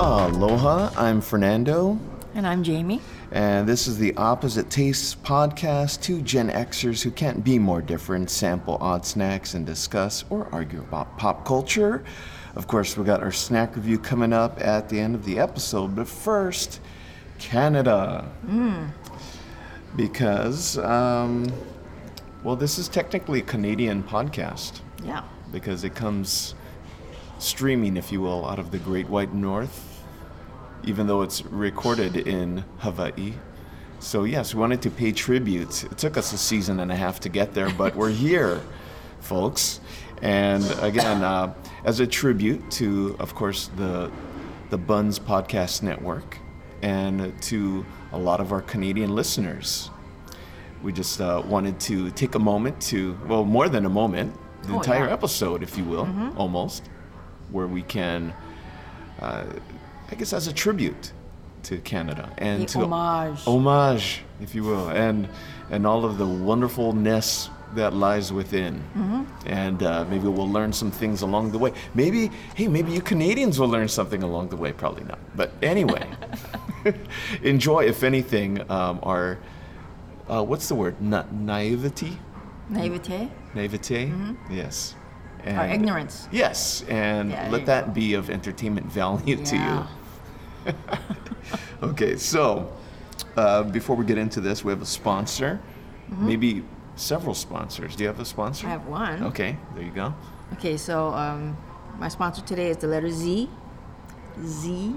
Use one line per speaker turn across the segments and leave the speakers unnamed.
Aloha, I'm Fernando,
And I'm Jamie.
and this is the Opposite Tastes podcast. Two Gen Xers who can't be more different sample odd snacks and discuss or argue about pop culture. Of course, we got our snack review coming up at the end of the episode, but first, Canada. Because, um, well, this is technically a Canadian podcast
Yeah.
because it comes streaming, if you will, out of the Great White North, even though it's recorded in Hawaii. So, yes, we wanted to pay tribute. It took us a season and a half to get there, but we're here, folks. And again, uh, as a tribute to, of course, the, the Buns Podcast Network and to a lot of our Canadian listeners. We just uh, wanted to take a moment to, well, more than a moment, the
Oh,
entire
yeah. Mm-hmm.
episode, if you will, almost, where we can, uh, I guess, as a tribute to Canada and
The
to
homage.
homage, if you will, and and all of the wonderfulness that lies within.
Mm-hmm.
And uh, maybe we'll learn some things along the way. Maybe, hey, maybe you Canadians will learn something along the way. Probably not. But anyway, enjoy, if anything, um, our uh, what's the word? Na- naivety,
Naivete.
naivete. Yes. And,
Or Mm-hmm. ignorance.
Yes, and
Yeah, there
let
you
that be of entertainment value to you.
Yeah.
Okay, so uh, before we get into this, we have a sponsor, maybe several sponsors. Do you have a sponsor?
Mm-hmm. I have one.
Okay, there you go.
Okay, so um, my sponsor today is the letter Z. Z.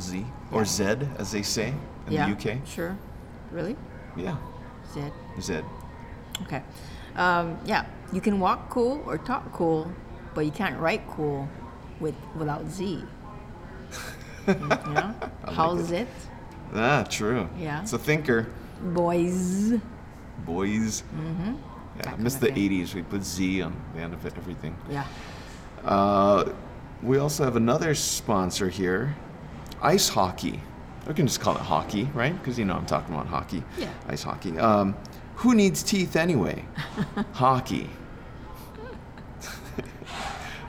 Z or Z, as they say in
yeah.
the UK.
Sure. Really?
Yeah,
Z.
Z.
Okay. Um, yeah. You can walk cool or talk cool, but you can't write cool with without Z. Mm, you know? How's it.
Ah, true.
Yeah.
It's a thinker,
Boys.
boys. Mm-hmm. Yeah, I
kind
miss
of
the
thing.
'80s. We put Z on the end of it, everything.
Yeah.
Uh, we also have another sponsor here, ice hockey. We can just call it hockey, right? Because you know I'm talking about hockey.
Yeah.
Ice hockey. Um, who needs teeth anyway? hockey.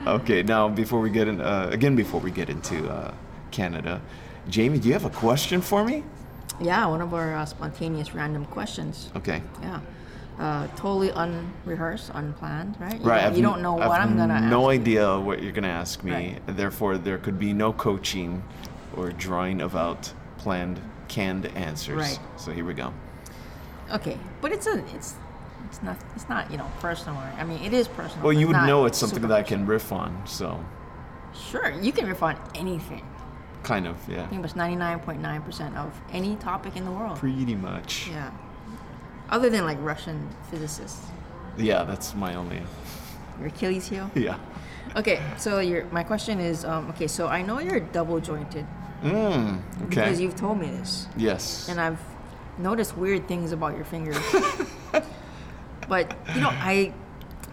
okay. Now, before we get in, uh, again, before we get into uh, Canada, Jamie, do you have a question for me?
Yeah. One of our uh, spontaneous random questions.
Okay.
Yeah. Uh, totally unrehearsed, unplanned, right? You
Right.
Don't,
I've
you
n-
don't know
I've
what I'm gonna ask.
No idea what you're gonna ask me.
Right.
and Therefore, there could be no coaching or drawing of out planned, canned answers.
Right.
So here we go.
Okay, but it's a it's it's not it's not you know personal. Or, I mean, it is personal.
Well,
but
you would
not
know it's something
super
that I can riff on. So,
personal. Sure, you can riff on anything.
kind of,
I think
yeah.
it was 99.9% of any topic in the world.
Pretty much.
yeah. Other than like Russian physicists,
Yeah, that's my only.
your Achilles heel.
Yeah.
Okay, so your my question is um, okay. So I know you're double jointed
Mm, okay.
because you've told me this.
yes.
and I've noticed weird things about your fingers. but you know, I,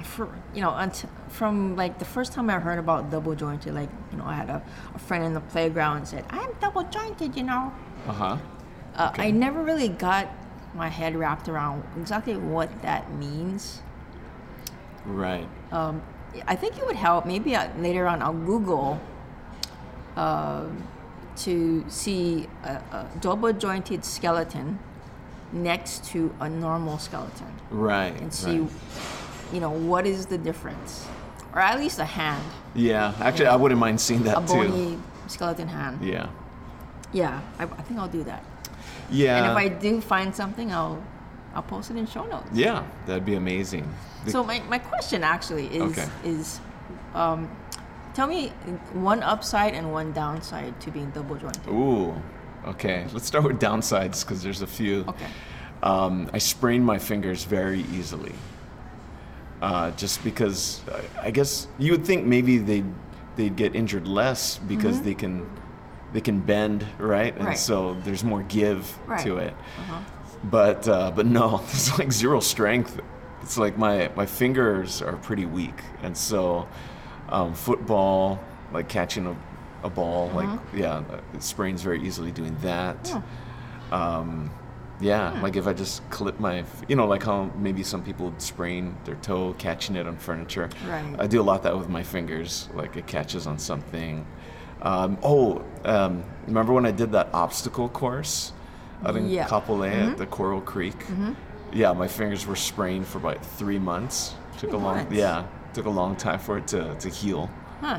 for, you know, unt- from like the first time I heard about double jointed, like you know, I had a, a friend in the playground and said, "I'm double jointed," you know.
Uh huh.
Uh, I never really got my head wrapped around exactly what that means.
Right.
I think it would help. Maybe I, later on, I'll Google um, to see a, a double jointed skeleton next to a normal skeleton
right.
and see,
right.
you know, what is the difference, or at least a hand,
Yeah. Actually, I wouldn't mind seeing that
a
too.
bony skeleton hand. Yeah,
Yeah.
I, I think I'll do that.
Yeah.
and if I do find something, I'll I'll post it in show notes.
yeah, that'd be amazing.
So my, my question actually is
Okay.
is um, tell me one upside and one downside to being double jointed.
Ooh, okay. Let's start with downsides because there's a few.
Okay.
Um, I sprain my fingers very easily. Uh, just because I, I guess you would think maybe they'd, they'd get injured less because they can they can bend, right? And
Mm-hmm. Right.
so there's more give
Right. Uh-huh.
to it. But uh, but no, it's like zero strength. It's like my my fingers are pretty weak, and so um, football, like catching a, a ball, like
Uh-huh.
yeah, uh, it sprains very easily doing that. Um, yeah,
Hmm.
like if I just clip my, you know, like how maybe some people sprain their toe catching it on furniture.
Right.
I do a lot of that with my fingers, like it catches on something. Um, oh, um, remember when I did that obstacle course out in
Yeah. Mm-hmm.
Kapolei at the Coral Creek? Yeah, my fingers were sprained for about three months. Took a long,
months?
yeah, took a long time for it to, to heal.
Huh.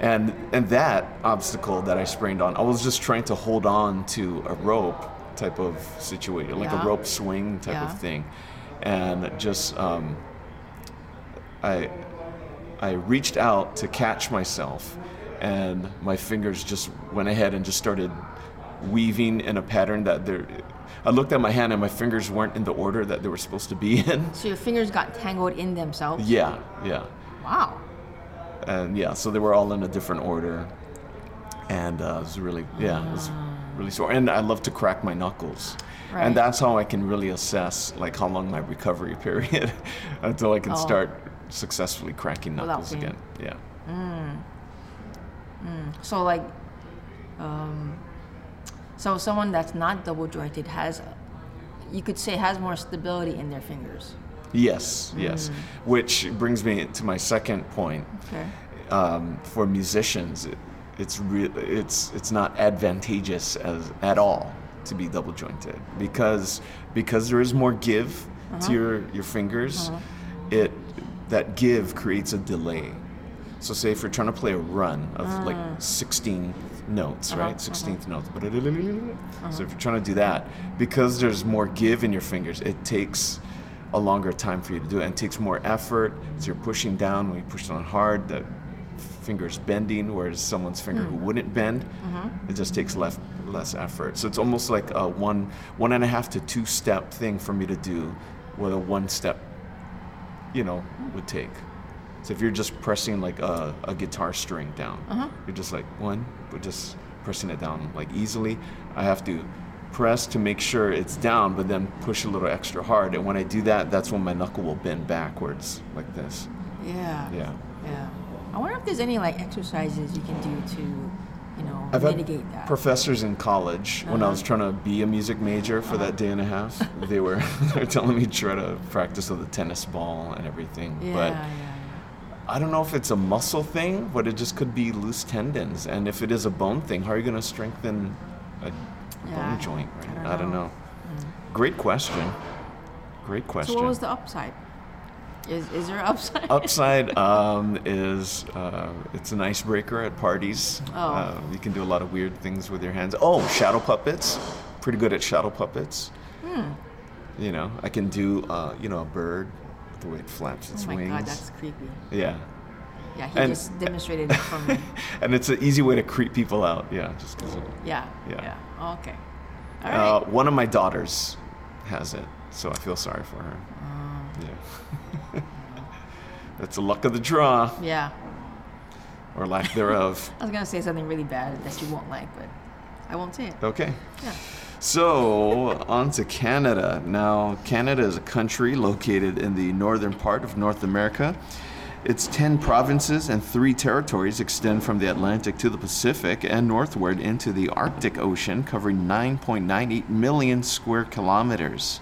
And and that obstacle that I sprained on, I was just trying to hold on to a rope type of situation, like
Yeah.
a rope swing type
Yeah.
of thing, and just um, I I reached out to catch myself, and my fingers just went ahead and just started weaving in a pattern that there. I looked at my hand and my fingers weren't in the order that they were supposed to be in.
So your fingers got tangled in themselves.
yeah, yeah
Wow.
and yeah, so they were all in a different order, and uh, it was really yeah, it was really sore. And I love to crack my knuckles,
Right.
and that's how I can really assess like how long my recovery period until I can
Oh.
start successfully cracking
Without
knuckles
pain.
again. Yeah,
So like, um, so someone that's not double jointed has, you could say, has more stability in their fingers.
yes, yes.
Mm.
Which brings me to my second point.
Okay.
um, for musicians, it, it's re- it's it's not advantageous as at all to be double jointed because because there is more give to your your fingers. It that give creates a delay. So say if you're trying to play a run of like 16 notes, right? 16th notes. So if you're trying to do that, because there's more give in your fingers, it takes a longer time for you to do it and it takes more effort. So you're pushing down when you push down hard, the fingers bending, whereas someone's finger who wouldn't bend, it just takes less less effort. So it's almost like a one one and a half to two step thing for me to do, what a one step, you know, would take. So if you're just pressing like a, a guitar string down,
Uh-huh.
you're just like one, but just pressing it down like easily. I have to press to make sure it's down, but then push a little extra hard. And when I do that, that's when my knuckle will bend backwards like this.
Yeah.
Yeah.
Yeah. I wonder if there's any like exercises you can do to, you know,
I've had
mitigate that. Uh-huh.
professors in college when I was trying to be a music major for that day and a half. They were they were telling me try to practice with a tennis ball and everything.
yeah,
But
yeah.
I don't know if it's a muscle thing, but it just could be loose tendons. And if it is a bone thing, how are you going to strengthen a
Yeah,
bone joint?
I
Right?
don't
I don't
know.
know. Great question. Great
So
question.
what was the upside? Is is there upside?
Upside um, is uh, it's an icebreaker at parties.
Oh.
Uh, you can do a lot of weird things with your hands. Oh, shadow puppets. Pretty good at shadow puppets.
Hmm.
You know, I can do uh, you know a bird with the way it flaps its
oh my
wings.
god, that's creepy.
yeah,
Yeah, he
And-
just demonstrated it for me.
and it's an easy way to creep people out. Yeah, just 'cause it-
Yeah.
Yeah.
Oh, okay. All right.
Uh, one of my daughters has it, so I feel sorry for her. Yeah. That's the luck of the draw,
yeah.
or lack thereof.
I was gonna say something really bad that you won't like, but I won't say it.
Okay.
Yeah.
So, on to Canada. Now, Canada is a country located in the northern part of North America. Its 10 provinces and three territories extend from the Atlantic to the Pacific and northward into the Arctic Ocean, covering 9.98 million square kilometers.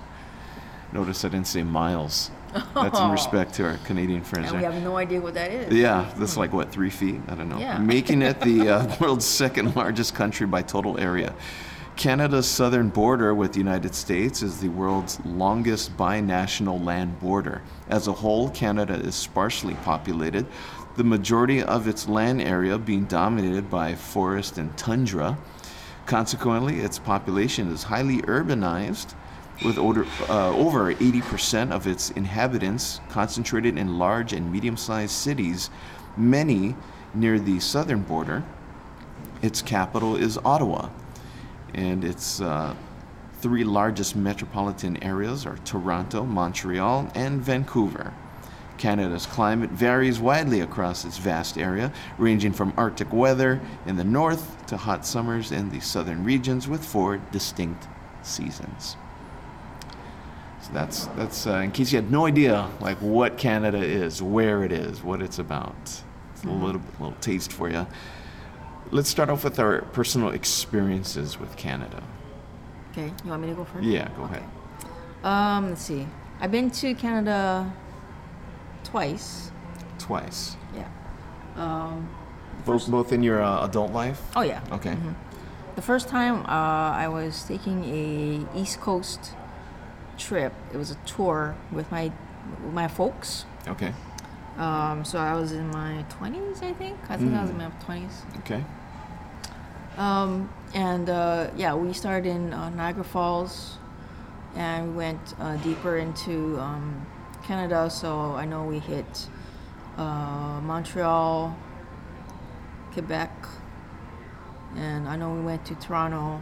Notice I didn't say miles. That's in respect to our Canadian friends.
Oh. And
there.
we have no idea what that is.
Yeah, that's like what three feet. I don't know.
Yeah.
Making it the uh, world's second largest country by total area. Canada's southern border with the United States is the world's longest binational land border. As a whole, Canada is sparsely populated, the majority of its land area being dominated by forest and tundra. Consequently, its population is highly urbanized, with older, uh, over 80% of its inhabitants concentrated in large and medium sized cities, many near the southern border. Its capital is Ottawa, and its uh, three largest metropolitan areas are Toronto, Montreal, and Vancouver. Canada's climate varies widely across its vast area, ranging from Arctic weather in the north to hot summers in the southern regions with four distinct seasons. So that's that's uh, in case you had no idea like what Canada is, where it is, what it's about. It's a little little taste for you. Let's start off with our personal experiences with Canada.
Okay, you want me to go first?
Yeah, go ahead.
Um, let's see. I've been to Canada twice.
Twice.
Yeah.
Both both in your uh, adult life.
Oh yeah.
Okay.
The first time uh, I was taking a East Coast trip. It was a tour with my with my folks.
Okay.
Um, so I was in my twenties, I think. I think I was in my twenties.
Okay.
Um, and uh, yeah, we started in uh, Niagara Falls, and we went uh, deeper into um, Canada. So I know we hit uh, Montreal, Quebec, and I know we went to Toronto,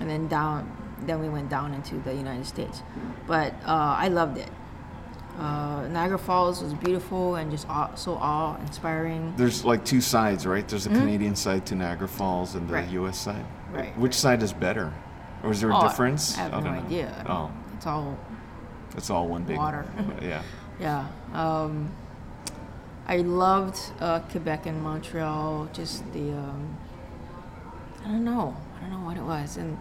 and then down. Then we went down into the United States, but uh, I loved it. Uh, Niagara Falls was beautiful and just awe, so awe-inspiring.
There's like two sides, right? There's the Canadian side to Niagara Falls and the
Mm-hmm. Right.
U.S. side.
Right,
Which side is better, or is there a
Oh, I-
difference?
I have
don't
no
know.
idea.
Oh,
It's all
it's all one big
Water.
yeah.
Yeah. Um, I loved uh, Quebec and Montreal. Just the um, I don't know. I don't know what it was. And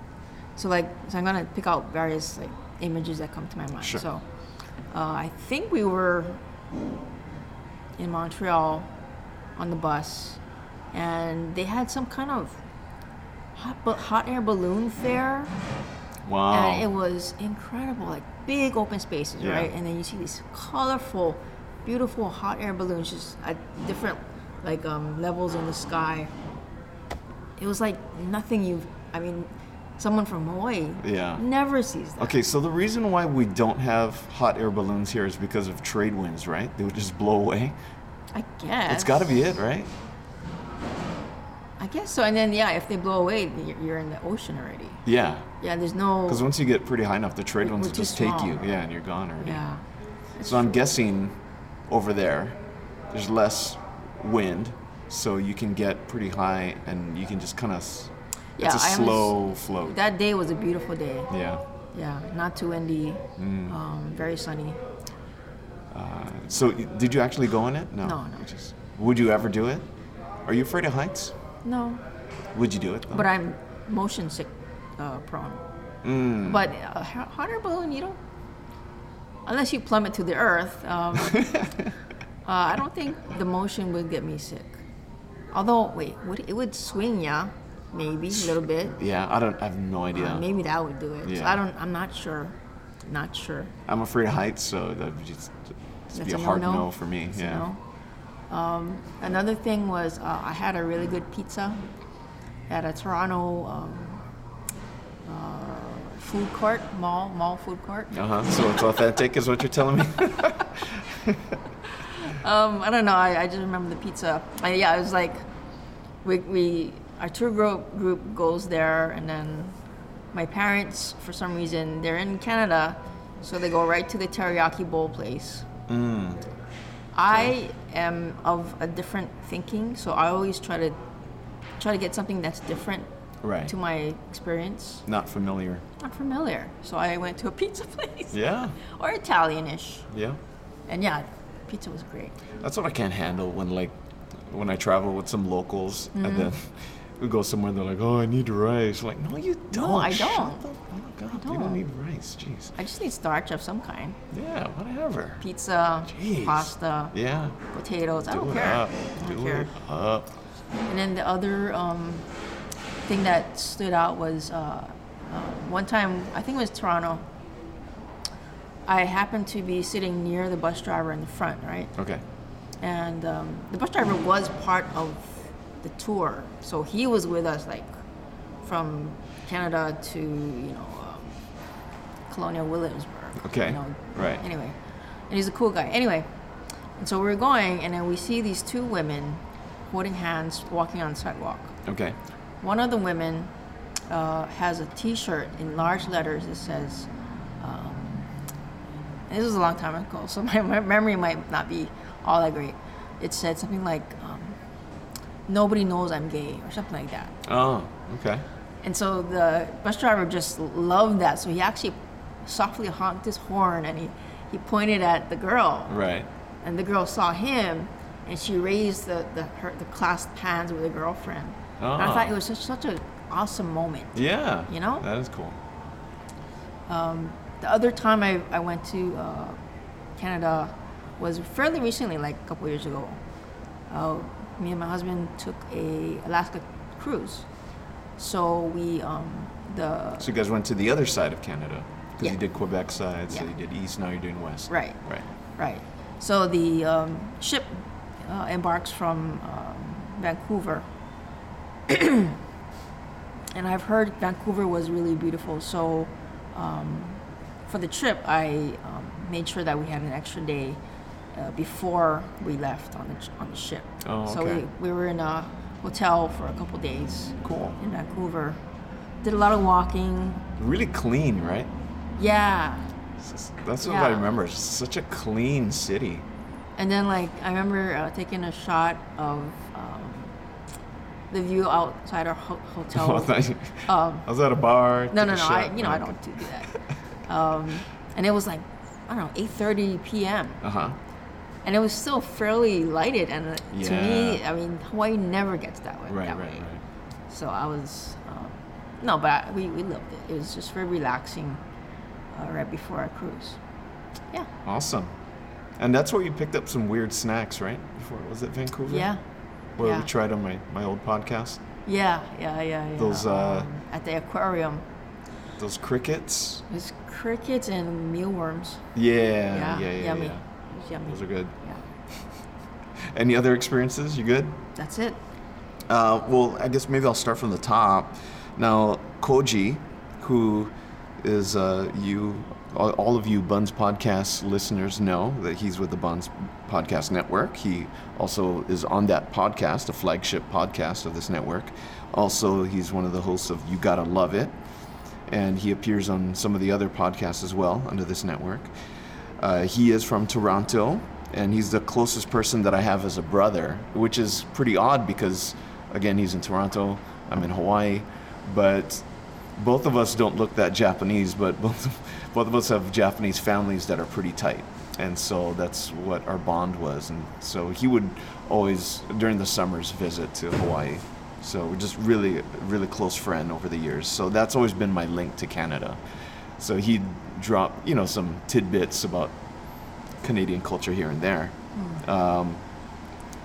so like so I'm gonna pick out various like images that come to my mind.
Sure.
So uh, I think we were in Montreal on the bus, and they had some kind of hot, bu- hot air balloon fair
Wow.
and it was incredible like big open spaces
Oh. Yeah.
right and then you see these colorful beautiful hot air balloons just at different like um, levels in the sky it was like nothing you've i mean someone from hawaii
Yeah.
never sees that
Okay, so the reason why we don't have hot air balloons here is because of trade winds, right? They would just blow away.
i guess
It's got to be it, right?
i guess so and then yeah if they blow away you're- you're in the ocean already
Yeah.
yeah there's no
Because once you get pretty high enough, the trade
We're-
winds
we're
will
too
just take
small.
you. Yeah, and you're gone already.
yeah
So I'm guessing over there, there's less wind, so you can get pretty high and you can just kind of.
yeah
it's a
I was-
slow float.
that day was a beautiful day
yeah.
yeah not too windy
Mm.
um, very sunny
So y- did you actually go on it? No.
No, no.
You just- would you ever do it? Are you afraid of heights?
no
Would you do it? Though?
But I'm motion sick uh, prone. But a ho- hot air balloon, you don't, unless you plummet to the earth, um, uh, I don't think the motion would get me sick. Although, wait, would, it would swing ya, maybe a little bit.
yeah, I don't. I have no idea.
Uh, maybe that would do it. So
Yeah.
I don't. I'm not sure. Not sure.
I'm afraid of heights, so that would just, just be
That's
a
a
hard
no-no.
for me.
That's a
yeah.
no. Um, another thing was uh, I had a really good pizza at a Toronto um, uh, food court, mall, mall food court.
Uh huh. So it's authentic, is what you're telling me.
Um, I don't know. I, I just remember the pizza. I, yeah, it was like we, we our tour group group goes there, and then my parents, for some reason, they're in Canada, so they go right to the teriyaki bowl place.
Mm.
I am of a different thinking, so I always try to try to get something that's different
Right.
to my experience.
Not familiar.
Not familiar, so I went to a pizza place
Yeah.
or Italianish,
Yeah.
and yeah, pizza was great.
That's what I can't handle when like when I travel with some locals and
Mm-hmm.
then we go somewhere and they're like, "Oh, I need rice." like, "No, you don't.
I
Shut
don't.
the fuck up. You don't
don't.
need rice. Jeez.
I just need starch of some kind.
Yeah. Whatever.
pizza,
Jeez.
pasta,
Yeah.
potatoes. I
Do
don't
it
care.
up.
I don't
Do
care.
it up.
And then the other um, thing that stood out was uh, uh, one time, I think it was Toronto. I happened to be sitting near the bus driver in the front, right?
Okay.
And um, the bus driver was part of the tour, so he was with us, like from Canada to you know um, Colonial Williamsburg.
Okay.
you know.
Right.
Anyway, and he's a cool guy. Anyway, and so we're going, and then we see these two women holding hands, walking on the sidewalk.
Okay.
One of the women uh, has a T-shirt in large letters that says um, this was a long time ago, so my, my memory might not be all that great. It said something like, um, "Nobody knows I'm gay" or something like that.
Oh, okay.
And so the bus driver just loved that. So he actually softly honked his horn and he, he pointed at the girl.
Right.
And the girl saw him and she raised the, the, her, the clasped hands with her girlfriend. And I
Ah.
thought it was such, such an awesome moment.
Yeah.
You know?
That is cool.
The other time I, I went to uh, Canada was fairly recently, like a couple years ago. Uh, me and my husband took a Alaska cruise. So we, um, the
So you guys went to the other side of Canada because
Yeah.
you did Quebec side, so
Yeah.
you did east, now you're doing west.
Right.
Right.
Right. So the um, ship uh, embarks from um, Vancouver. and I've heard Vancouver was really beautiful. So um, for the trip, I um, made sure that we had an extra day uh, before we left on the, ch- on the ship.
Oh,
So
okay.
we, we were in a hotel for a couple days
Cool.
in Vancouver. Did a lot of walking.
Really clean, right?
Yeah.
It's just- That's what I
Yeah.
remember. It's such a clean city.
And then, like, I remember uh, taking a shot of um, the view outside our ho- hotel.
I thought you-
um,
I was at a bar.
no,
took
no,
a
no.
shot.
I, you know, I don't do that. Um, and it was like, I don't know, 8:30 p.m.
Uh huh.
and it was still fairly lighted. And uh, to me,
Yeah.
I mean, Hawaii never gets that way.
Right,
that
right,
way.
right.
So I was, um, no, but I, we we loved it. It was just very relaxing, uh, right before our cruise. Yeah,
Awesome. And that's where you picked up some weird snacks, right? Before was it Vancouver?
yeah,
Where
yeah.
we tried on my, my old podcast.
yeah, yeah, yeah. yeah.
Those, uh,
Um, at the aquarium.
Those crickets.
It's crickets and mealworms.
Oh, Yeah. Yeah. Yeah.
yummy.
yeah.
It was yummy.
Those are good.
yeah,
Any other experiences? You good?
that's it.
Uh, well, I guess maybe I'll start from the top. Now, Koji, who is uh, you, all- all of you Buns podcast listeners know that he's with the Buns Podcast Network. He also is on that podcast, a flagship podcast of this network. Also, he's one of the hosts of You Gotta Love It, and he appears on some of the other podcasts as well under this network. Uh, he is from Toronto, and he's the closest person that I have as a brother, which is pretty odd because, again, he's in Toronto, I'm in Hawaii, but both of us don't look that Japanese, but both of, both of us have Japanese families that are pretty tight. And so that's what our bond was. And so he would always, during the summers, visit to Hawaii. So we're just really, really close friend over the years. So that's always been my link to Canada. So he'd drop, you know, some tidbits about Canadian culture here and there. Um,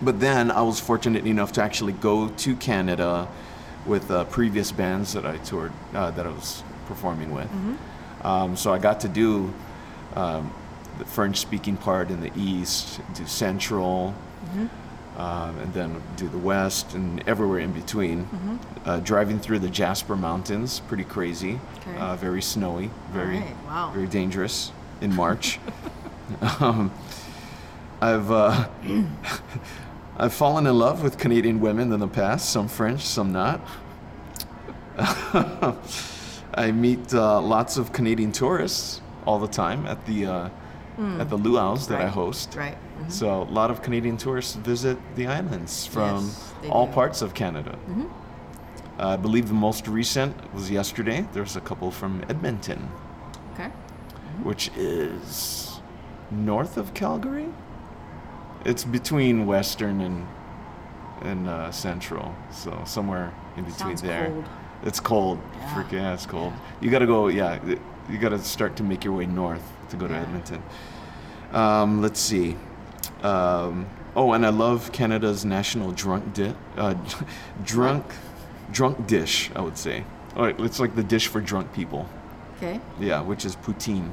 but then I was fortunate enough to actually go to Canada with uh, previous bands that I toured, uh, that I was performing with. Um, so I got to do um, the French speaking part in the East, do Central, um, and then do the West and everywhere in between. Uh, driving through the Jasper Mountains, pretty crazy,
Okay.
uh, very snowy, very,
Alright, wow.
very dangerous in March. um, I've uh, I've fallen in love with Canadian women in the past, some French, some not. I meet uh, lots of Canadian tourists all the time at the uh, at the luau's that I
Hmm. Right,
host.
right, Mm-hmm.
So a lot of Canadian tourists visit the islands from
Yes, they
all
do. Mm-hmm.
parts of Canada. Uh, I believe the most recent was yesterday. There's a couple from Edmonton,
Mm-hmm. Okay.
which is north of Calgary. It's between Western and and uh, Central, so somewhere in between
Sounds
there.
cold.
It's cold.
Yeah.
Freaking yeah, it's cold. You gotta go. Yeah, th- you gotta start to make your way north to go to
Yeah.
Edmonton. Um, let's see. Um, oh, and I love Canada's national drunk di- uh, drunk drunk dish. I would say. All right, it's like the dish for drunk people.
Okay.
Yeah, which is poutine,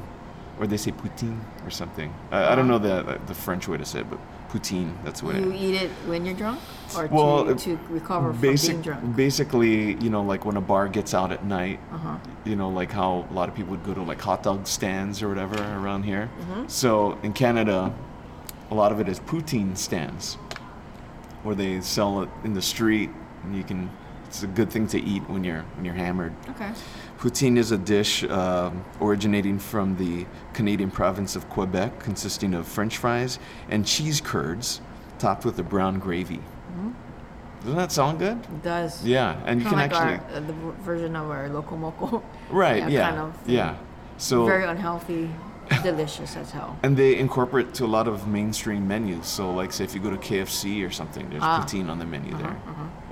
or they say poutine or something. I, I don't know the the French way to say it, but poutine. That's what
You
it.
eat it when you're drunk, or
Well, uh,
to, to recover
Basic,
from being drunk.
basically, you know, like when a bar gets out at night,
Uh-huh.
you know, like how a lot of people would go to like hot dog stands or whatever around here.
Mm-hmm.
So in Canada, a lot of it is poutine stands, where they sell it in the street, and you can It's a good thing to eat when you're when you're hammered.
Okay.
Poutine is a dish um originating from the Canadian province of Quebec, consisting of French fries and cheese curds, topped with a brown gravy. Doesn't that sound good?
It does.
Yeah, and you
Mm-hmm. Kinda
can
like
actually
Our, uh, the v- version of our local moco.
right, yeah,
Kind of.
yeah. So
Very unhealthy, delicious as hell.
and they incorporate to a lot of mainstream menus. So like, say if you go to KFC or something, there's
Ah. mm-hmm.
poutine on the menu there,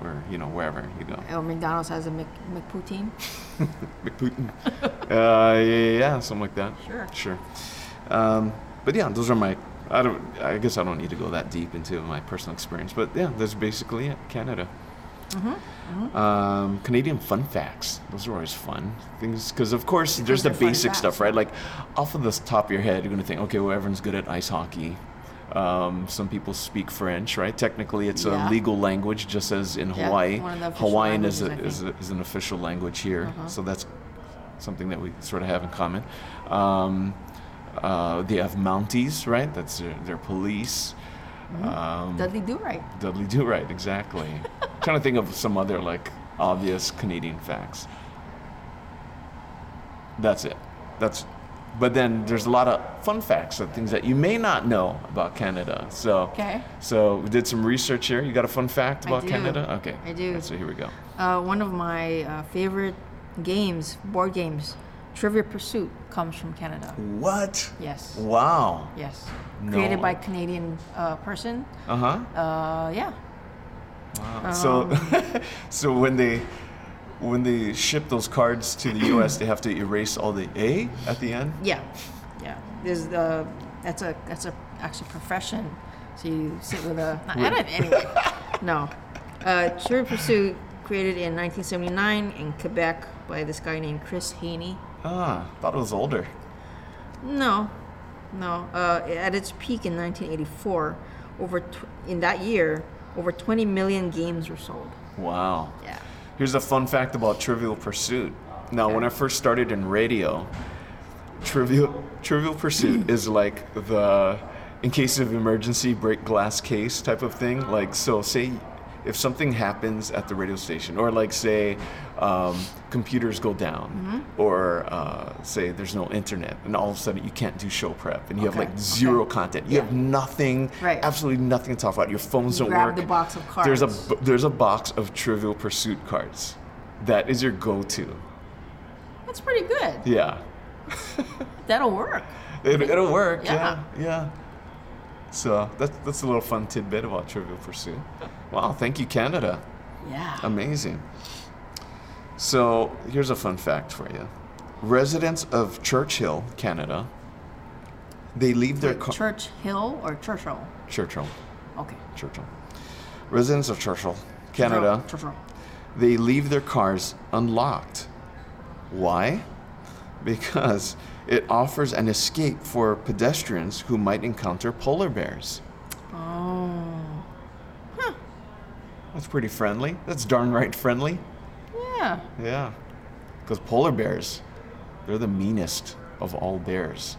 or you know wherever you go.
Oh, McDonald's has a Mc, McPoutine.
McPutin. uh, yeah, yeah, yeah, something like that.
Sure.
Sure. Um, but yeah, those are my. I don't. I guess I don't need to go that deep into my personal experience. But yeah, that's basically it. Canada.
Mm-hmm,
Um, Canadian fun facts. Those are always fun things because, of course, there's the
they're fun
basic stuff,
facts.
right? Like, off of the top of your head, you're gonna think, okay, well, everyone's good at ice hockey. Um, some people speak French, right? Technically, it's a
Yeah.
legal language, just as in
Yeah,
Hawaii.
one of the official
Hawaiian is a,
languages, I
is, a, is an official language here,
Uh-huh.
so that's something that we sort of have in common. Um, uh, they have Mounties, right? That's their, their police. Um,
Dudley Do Right.
Dudley Do Right, exactly. trying to think of some other like obvious Canadian facts. That's it. That's. But then there's a lot of fun facts and things that you may not know about Canada. So.
Okay.
So we did some research here. You got a fun fact
I
about
do.
Canada? Okay.
I do.
Alright, so here we go.
Uh, one of my uh, favorite games, board games, Trivia Pursuit, comes from Canada.
What?
Yes.
Wow.
Yes.
No.
Created by Canadian uh, person.
Uh huh.
Uh, yeah.
so, so when they when they ship those cards to the U.S., they have to erase all the A at the end.
Yeah. Yeah. There's the that's a that's a actually profession. So you sit with a not, I don't- anyway. no. Uh, Trivia Pursuit created in 1979 in Quebec by this guy named Chris Haney.
Ah, thought it was older.
No, no. Uh, at its peak in 1984, over tw- in that year, over 20 million games were sold.
Wow.
Yeah.
Here's a fun fact about Trivial Pursuit. Now, when I first started in radio, Trivial Trivial Pursuit is like the in case of emergency break glass case type of thing. Like so, say if something happens at the radio station, or like say um, computers go down,
Mm-hmm.
or uh, say there's no internet, and all of a sudden you can't do show prep, and you
Okay,
have like
okay.
zero content. You
Yeah.
have nothing,
Right.
absolutely nothing to talk about. Your phones don't
grab
work.
the box of
There's a
cards.
B- There's a box of Trivial Pursuit cards. That is your go-to.
That's pretty good.
Yeah,
That'll work.
it, it'll work.
Yeah.
Yeah. yeah, So that's that's a little fun tidbit about Trivial Pursuit. Wow, thank you, Canada.
Yeah.
Amazing. So here's a fun fact for you: residents of Churchill, Canada, they leave their car.
Church Hill or Churchill?
Churchill,
Okay.
Churchill. Residents of Churchill, Canada.
Churchill.
they leave their cars unlocked. Why? Because it offers an escape for pedestrians who might encounter polar bears.
Oh.
That's pretty friendly. That's darn right friendly.
Yeah.
Yeah. Because polar bears, they're the meanest of all bears.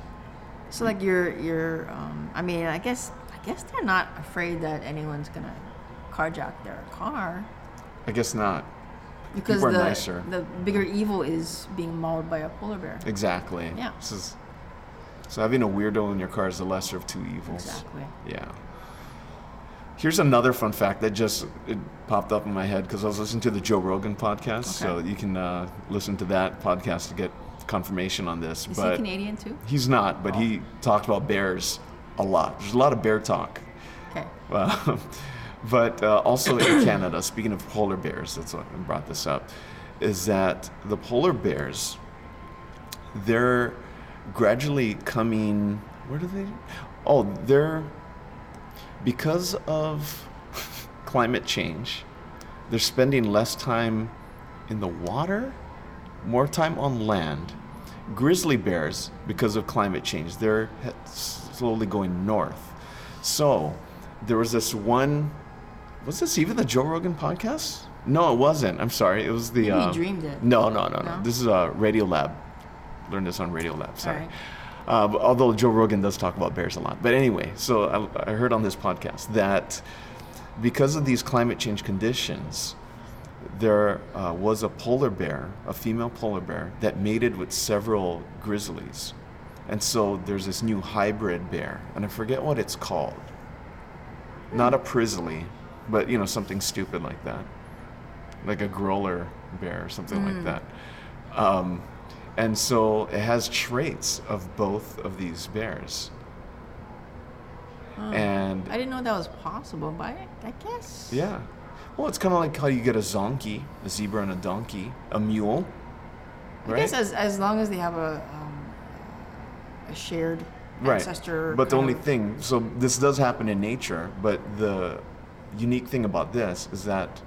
So like you're you're um, I mean I guess I guess they're not afraid that anyone's gonna carjack their car
I guess not.
because
People are
the
nicer.
the bigger evil is being mauled by a polar bear.
Exactly.
Yeah.
This is, so having a weirdo in your car is the lesser of two evils.
Exactly.
Yeah. Here's another fun fact that just it popped up in my head because I was listening to the Joe Rogan podcast. So
Okay.
you can uh, listen to that podcast to get confirmation on this.
Is
but
he Canadian too?
he's not, but he talked about bears a lot. There's a lot of bear talk.
Okay.
Um, but uh, also in Canada, speaking of polar bears, that's what brought this up, is that the polar bears, they're gradually coming. Where do they? Oh, they're because of climate change. They're spending less time in the water, more time on land. Grizzly bears, because of climate change, they're he- slowly going north. So there was this one. Was this even the Joe Rogan podcast? No, it wasn't. I'm sorry. It was the.
Maybe you
uh,
dreamed it.
No, no, no, no.
No?
This is uh, Radio Lab. Learned this on Radio Lab. Sorry.
right.
Uh, but although Joe Rogan does talk about bears a lot. But anyway, so I, I heard on this podcast that because of these climate change conditions, there uh, was a polar bear, a female polar bear, that mated with several grizzlies. And so there's this new hybrid bear, and I forget what it's called. Not a prizzly, but you know, something stupid like that. Like a growler bear or something
Hmm.
like that. Um, and so it has traits of both of these bears. And
I didn't know that was possible, but I, I guess.
yeah. Well, it's kind of like how you get a zonkey, a zebra and a donkey, a mule.
I guess as, as long as they have a, um, a shared ancestor.
But the
kind
only
of-
thing, so this does happen in nature, but the unique thing about this is that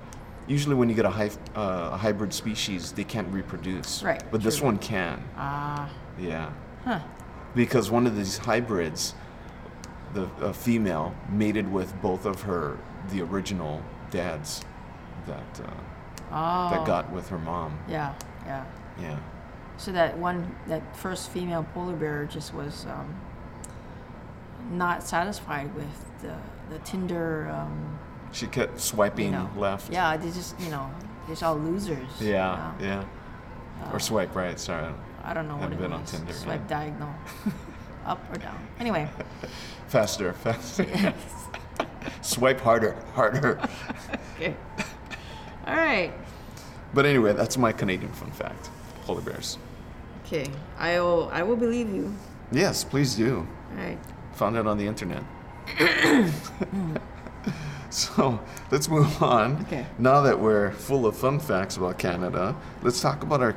usually when you get a, hy- uh, a hybrid species, they can't reproduce.
Right,
But this
true.
one can.
Ah,
Yeah.
huh.
Because one of these hybrids, the a female, mated with both of her, the original dads that, uh,
Oh.
that got with her mom.
Yeah, yeah.
Yeah.
So that one, that first female polar bear just was um, not satisfied with the, the Tinder. Um,
She kept swiping
you know,
left.
Yeah, they just, you know, they're just all losers.
Yeah,
you know.
yeah. or swipe right, sorry. I don't-
I don't know what
Haven't
it
been on
was.
Tinder, yeah.
Swipe diagonal, up or down. Anyway,
Faster, faster. Swipe harder, harder.
okay. All right.
but anyway, that's my Canadian fun fact. Polar bears.
Okay, I will. I will believe you.
Yes, please do.
All right.
Found it on the internet. so let's move on.
Okay.
Now that we're full of fun facts about Canada, let's talk about our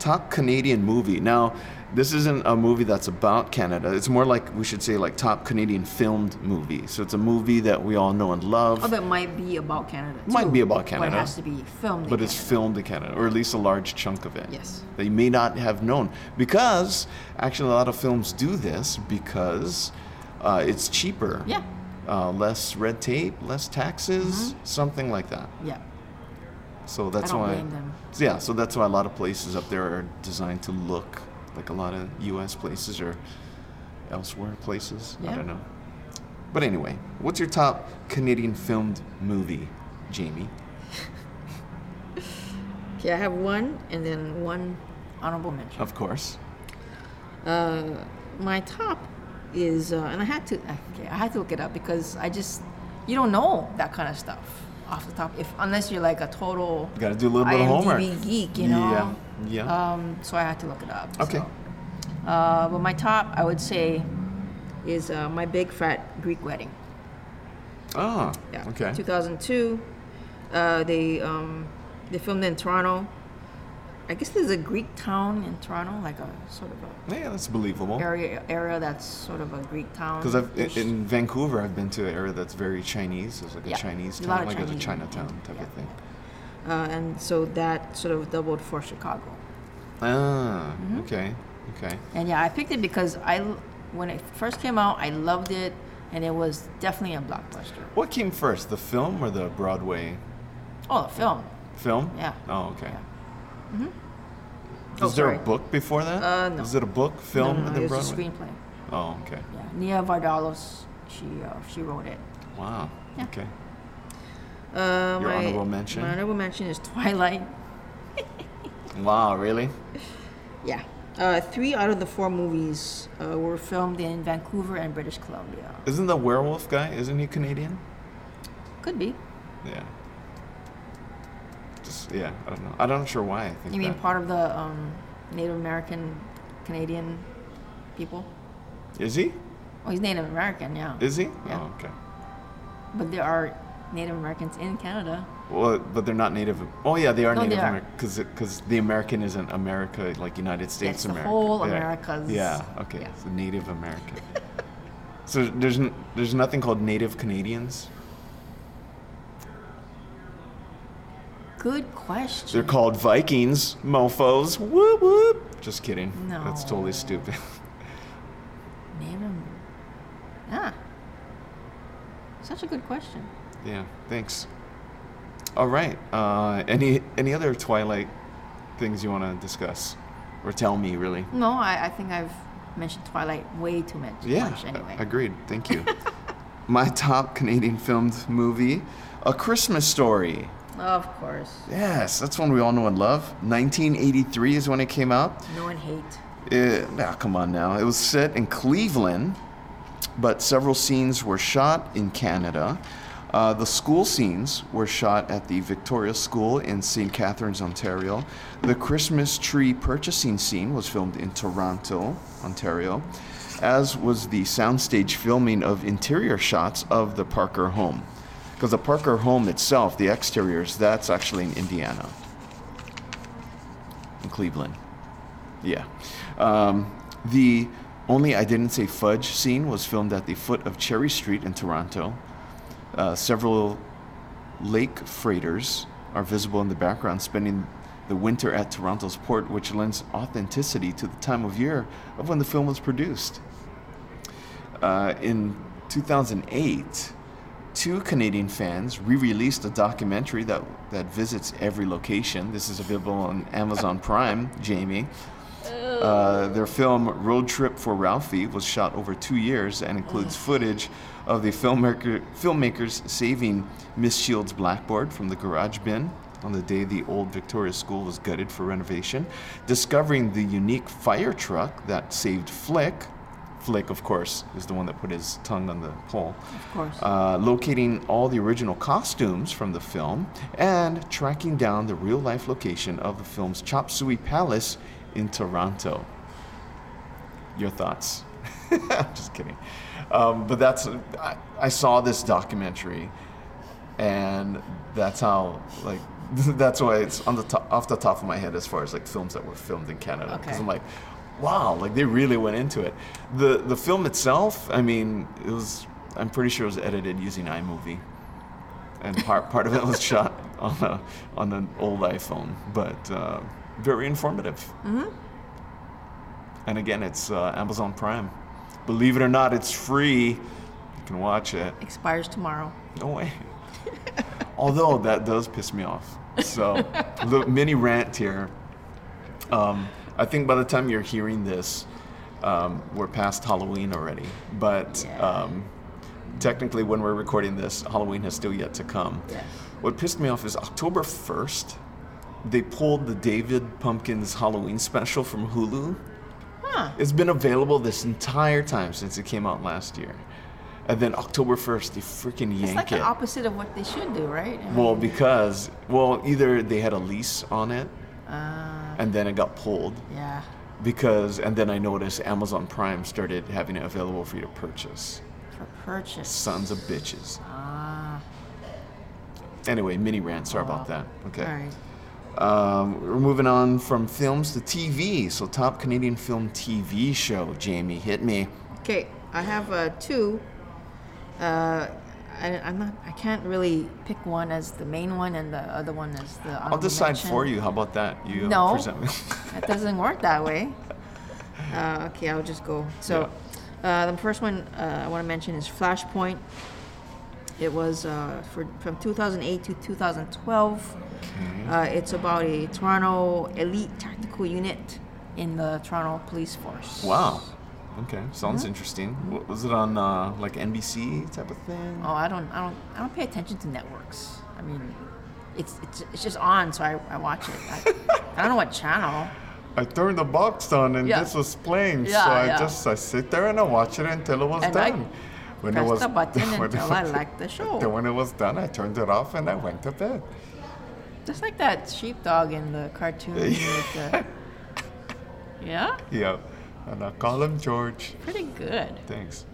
top Canadian movie. Now, this isn't a movie that's about Canada. It's more like we should say like top Canadian filmed movie. So it's a movie that we all know and love.
Oh, that might be about Canada.
Might
too,
be about
But
Canada.
it has to be filmed. in
but it's
Canada.
filmed in Canada, or at least a large chunk of it.
Yes.
That you may not have known. Because, actually, a lot of films do this because uh, it's cheaper.
Yeah.
Uh, less red tape, less taxes, something like that.
Yeah.
So that's
don't
why.
blame them.
So Yeah, so that's why a lot of places up there are designed to look like a lot of U.S. places or elsewhere places. I
Yeah.
don't know. But anyway, what's your top Canadian filmed movie, Jamie?
Okay, I have one, and then one honorable mention.
Of course.
Uh, my top is, uh, and I had to, okay, I had to look it up because I just, you don't know that kind of stuff off the top, if unless you're like a total
Got to do a little bit of homework.
IMDb geek, you know.
Yeah. Yeah.
Um, so I had to look it up.
okay.
so. Uh, but my top, I would say, is uh, my big fat Greek wedding.
Ah.
Yeah.
Okay.
2002. Uh, they um, they filmed in Toronto. I guess there's a Greek town in Toronto, like a sort of a
Yeah, that's believable.
area area that's sort of a Greek town.
Because I've in, in Vancouver, I've been to an area that's very Chinese. It's like a
Yeah,
Chinese
a lot
town,
of
like a
Chinese,
Chinatown
yeah,
type
yeah.
of thing.
uh, and so that sort of doubled for Chicago.
Ah.
Mm-hmm.
Okay. Okay.
And yeah, I picked it because I l- when it first came out, I loved it, and it was definitely a blockbuster.
What came first, the film or the Broadway
Oh, the film.
film?
Yeah.
Oh, okay.
Yeah. Mm-hmm.
Was
Oh,
there
sorry.
a book before that?
Uh, no.
Was it a book,
No,
film,
no, no,
and
Uh, it
then
was a
Broadway?
screenplay.
Oh, okay.
Yeah, Nia Vardalos, she uh, she wrote it.
Wow.
Yeah.
Okay.
Uh,
Your honorable mention?
My honorable mention is Twilight.
Wow. Really?
Yeah. Uh, three out of the four movies uh, were filmed in Vancouver and British Columbia.
Isn't the werewolf guy? Isn't he Canadian?
Could be.
Yeah. Just yeah, I don't know. I don't sure why I think
You mean
that.
part of the um, Native American Canadian people?
Is he?
Oh, he's Native American, yeah.
Is he?
Yeah.
Oh, okay.
but there are Native Americans in Canada.
Well, but they're not Native. Oh yeah, they are
No, they
Native
are.
American because the American isn't America like United States
the
America.
whole
yeah.
Americas.
Yeah. Okay.
Yeah.
It's So Native American. so there's n- there's nothing called Native Canadians.
Good question.
They're called Vikings, mofo's. Whoop whoop. Just kidding. That's
No.
totally stupid.
Native. Ah. Such a good question.
yeah. Thanks. All right. Uh, any any other Twilight things you want to discuss or tell me really?
No, I, I think I've mentioned Twilight way too much.
Yeah,
much anyway.
a- agreed. Thank you. My top Canadian filmed movie, A Christmas Story.
Of course.
Yes, that's one we all know and love. 1983 is when it came out.
No and hate.
Uh, nah, come on now. It was set in Cleveland, but several scenes were shot in Canada. Uh, the school scenes were shot at the Victoria School in St. Catharines, Ontario. The Christmas tree purchasing scene was filmed in Toronto, Ontario, as was the soundstage filming of interior shots of the Parker home. Because the Parker home itself, the exteriors, that's actually in Indiana, in Cleveland. Yeah. Um, the only I didn't say fudge scene was filmed at the foot of Cherry Street in Toronto. Uh, several lake freighters are visible in the background, spending the winter at Toronto's port, which lends authenticity to the time of year of when the film was produced. Uh, in 2008, two Canadian fans re-released a documentary that that visits every location. This is available on Amazon Prime, Jamie.
Oh.
Uh, their film Road Trip for Ralphie was shot over two years and includes
Oh.
footage of the filmmaker, filmmakers saving Miss Shields' blackboard from the garage bin on the day the old Victoria School was gutted for renovation, discovering the unique fire truck that saved Flick. Flick, of course, is the one that put his tongue on the pole
Of course.
uh, locating all the original costumes from the film and tracking down the real life location of the film's Chop Suey Palace in Toronto. Your thoughts? I'm just kidding. Um, but that's, I, I saw this documentary and that's how, like, that's why it's on the top, off the top of my head as far as like films that were filmed in Canada. Because
Okay.
I'm like, wow, like they really went into it. The the film itself, I mean, it was I'm pretty sure it was edited using iMovie, and part part of it was shot on a on an old iPhone, but uh, very informative. Mm-hmm. And again, it's uh, Amazon Prime. Believe it or not, it's free. You can watch it.
Expires tomorrow.
No way. Although that does piss me off. So, the mini rant here. Um, I think by the time you're hearing this, um, we're past Halloween already. But
Yeah.
um, technically, when we're recording this, Halloween has still yet to come.
Yes.
What pissed me off is October 1st, they pulled the David Pumpkins Halloween special from Hulu.
Huh.
It's been available this entire time since it came out last year. And then October 1st, they freaking
It's like
yank
the
it.
opposite of what they should do, right? I
Well,
mean,
because well, either they had a lease on it,
uh,
and then it got pulled
yeah.
because, and then I noticed Amazon Prime started having it available for you to purchase.
For purchase.
Sons of bitches.
Ah. Oh.
Anyway, mini rant. Sorry about that. Okay.
All right.
Um, we're moving on from films to TV. So, top Canadian film TV show. Jamie, hit me.
Okay, I have uh, two. Uh, I, I'm not. I can't really pick one as the main one and the other one as the.
I'll decide for you. How about that? You uh,
Um, No.
present me.
It doesn't work that way. Uh, okay, I'll just go. So, uh, the first one uh, I want to mention is Flashpoint. It was uh, for, from 2008 to 2012. Uh, it's about a Toronto elite tactical unit in the Toronto Police Force.
wow. Okay, sounds interesting. What, was it on uh, like NBC type of thing?
Oh, I don't, I don't, I don't pay attention to networks. I mean, it's it's, it's just on, so I, I watch it. I, I don't know what channel.
I turned the box on and
Yeah.
this was playing,
Yeah,
so I
yeah.
just I sit there and I watch it until it was
And I
done. when
press the button
when it
until I
was-
like the show.
Then when it was done, I turned it off and I went to bed.
Just like that sheepdog in the cartoon. with the, yeah,
Yeah, and I call him George.
pretty good.
Thanks.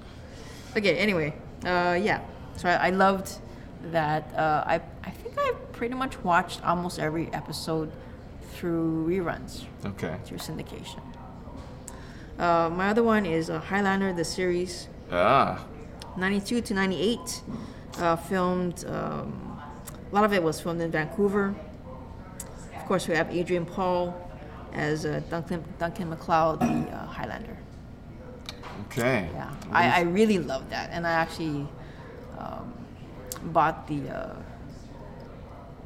Okay. Anyway, uh, yeah. So I, I loved that. Uh, I I think I pretty much watched almost every episode through reruns.
Okay.
through syndication. Uh, my other one is uh, Highlander, the series
Ah,
92 to 98, uh, filmed, um, a lot of it was filmed in Vancouver. Of course, we have Adrian Paul as uh, Duncan, Duncan MacLeod, the uh, Highlander.
okay.
Yeah, I, I really love that, and I actually um, bought the uh,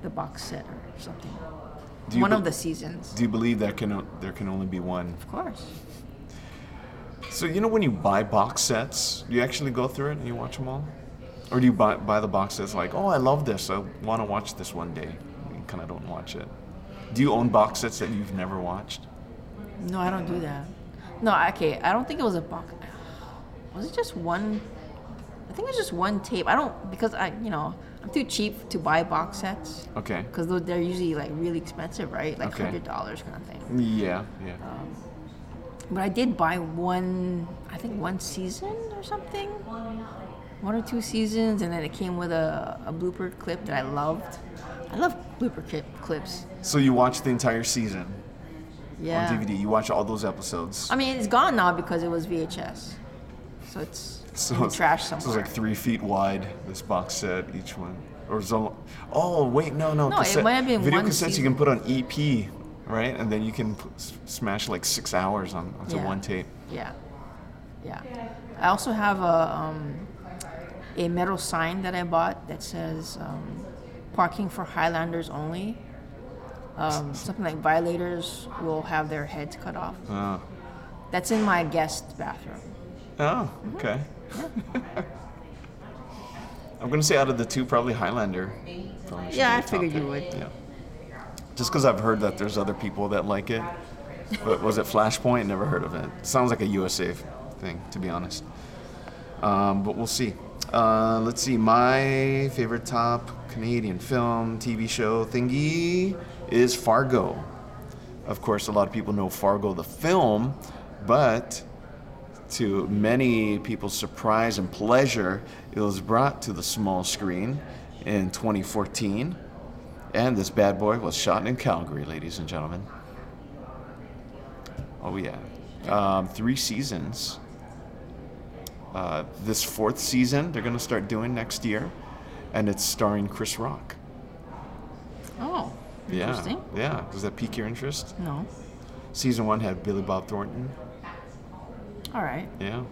the box set or something.
Do you
One of
be-
the seasons,
Do you believe that can o- there can only be one?
of course.
So you know when you buy box sets, do you actually go through it and you watch them all, or do you buy buy the box sets like, oh, I love this, I want to watch this one day? kind of don't watch it. Do you own box sets that you've never watched?
No, I don't do that. No, okay. I don't think it was a box. Was it just one? I think it was just one tape. I don't because I, you know, I'm too cheap to buy box sets
Okay.
because they're usually like really expensive, right? Like
Okay.
hundred dollars kind of thing.
Yeah, yeah.
But I did buy one. I think one season or something, one or two seasons, and then it came with a, a blooper clip that I loved. I love blooper clip, clips.
So you watched the entire season
Yeah.
on DVD. You watched all those episodes.
I mean, it's gone now because it was VHS, so it's in the trash somewhere.
So it's like three feet wide. This box set, each one, or so. Oh wait, no, no.
No, it might have been
video
one
cassettes you
season.
can put on EP, right? And then you can p- s- smash like six hours on onto
Yeah.
one tape.
Yeah, yeah. I also have a um, a metal sign that I bought that says um, "Parking for Highlanders only." Um, something like violators will have their heads cut off.
Oh,
That's in my guest bathroom.
oh, okay. I'm gonna say out of the two, probably Highlander. probably should
Yeah,
be
I
the top
figured you
pick.
would.
Yeah. Just because I've heard that there's other people that like it. But was it Flashpoint? Never heard of it. Sounds like a USA thing, to be honest. Um, but we'll see. Uh, let's see. My favorite top Canadian film, TV show thingy is Fargo. Of course, a lot of people know Fargo the film, but to many people's surprise and pleasure, it was brought to the small screen in 2014. And this bad boy was shot in Calgary, ladies and gentlemen. Oh, yeah. Um, three seasons. Uh, this fourth season, they're going to start doing next year. And it's starring Chris Rock.
Oh,
Yeah.
interesting.
Yeah. Does that pique your interest?
No,
Season one had Billy Bob Thornton.
all right.
Yeah.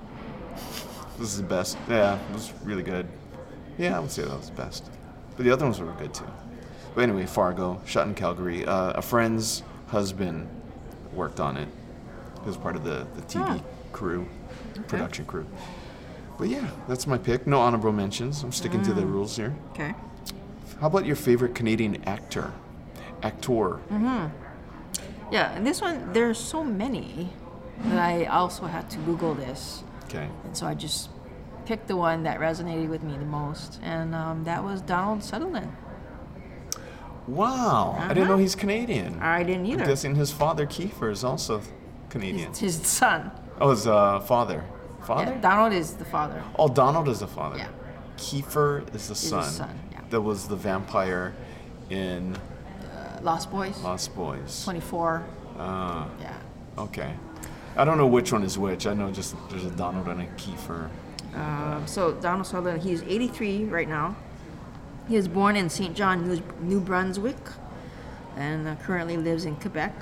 This is the best. Yeah, it was really good. Yeah, I would say that was the best. But the other ones were good too. But anyway, Fargo, shot in Calgary. Uh, a friend's husband worked on it. He was part of the, the TV
Ah.
crew, production crew. But yeah, that's my pick. No honorable mentions. I'm sticking to the
Ah.
rules here.
Okay.
How about your favorite Canadian actor? Actor.
Mm-hmm. Yeah, and this one there's so many that I also had to Google this.
Okay.
And so I just picked the one that resonated with me the most, and um, that was Donald Sutherland.
Wow. I didn't
Uh-huh.
know he's Canadian.
I didn't either.
I'm guessing his father, Kiefer, is also Canadian.
It's his son.
Oh, his uh, father. Father?
Yeah, Donald is the father.
Oh, Donald is the father.
Yeah.
Kiefer is the son.
son, yeah.
That was the vampire in
Uh, Lost Boys,
Lost Boys.
24.
Ah,
Yeah.
okay. I don't know which one is which. I know just there's a Donald and a Kiefer.
Um, so Donald Sutherland, he's 83 right now. He was born in St. John, New, New Brunswick, and uh, currently lives in Quebec.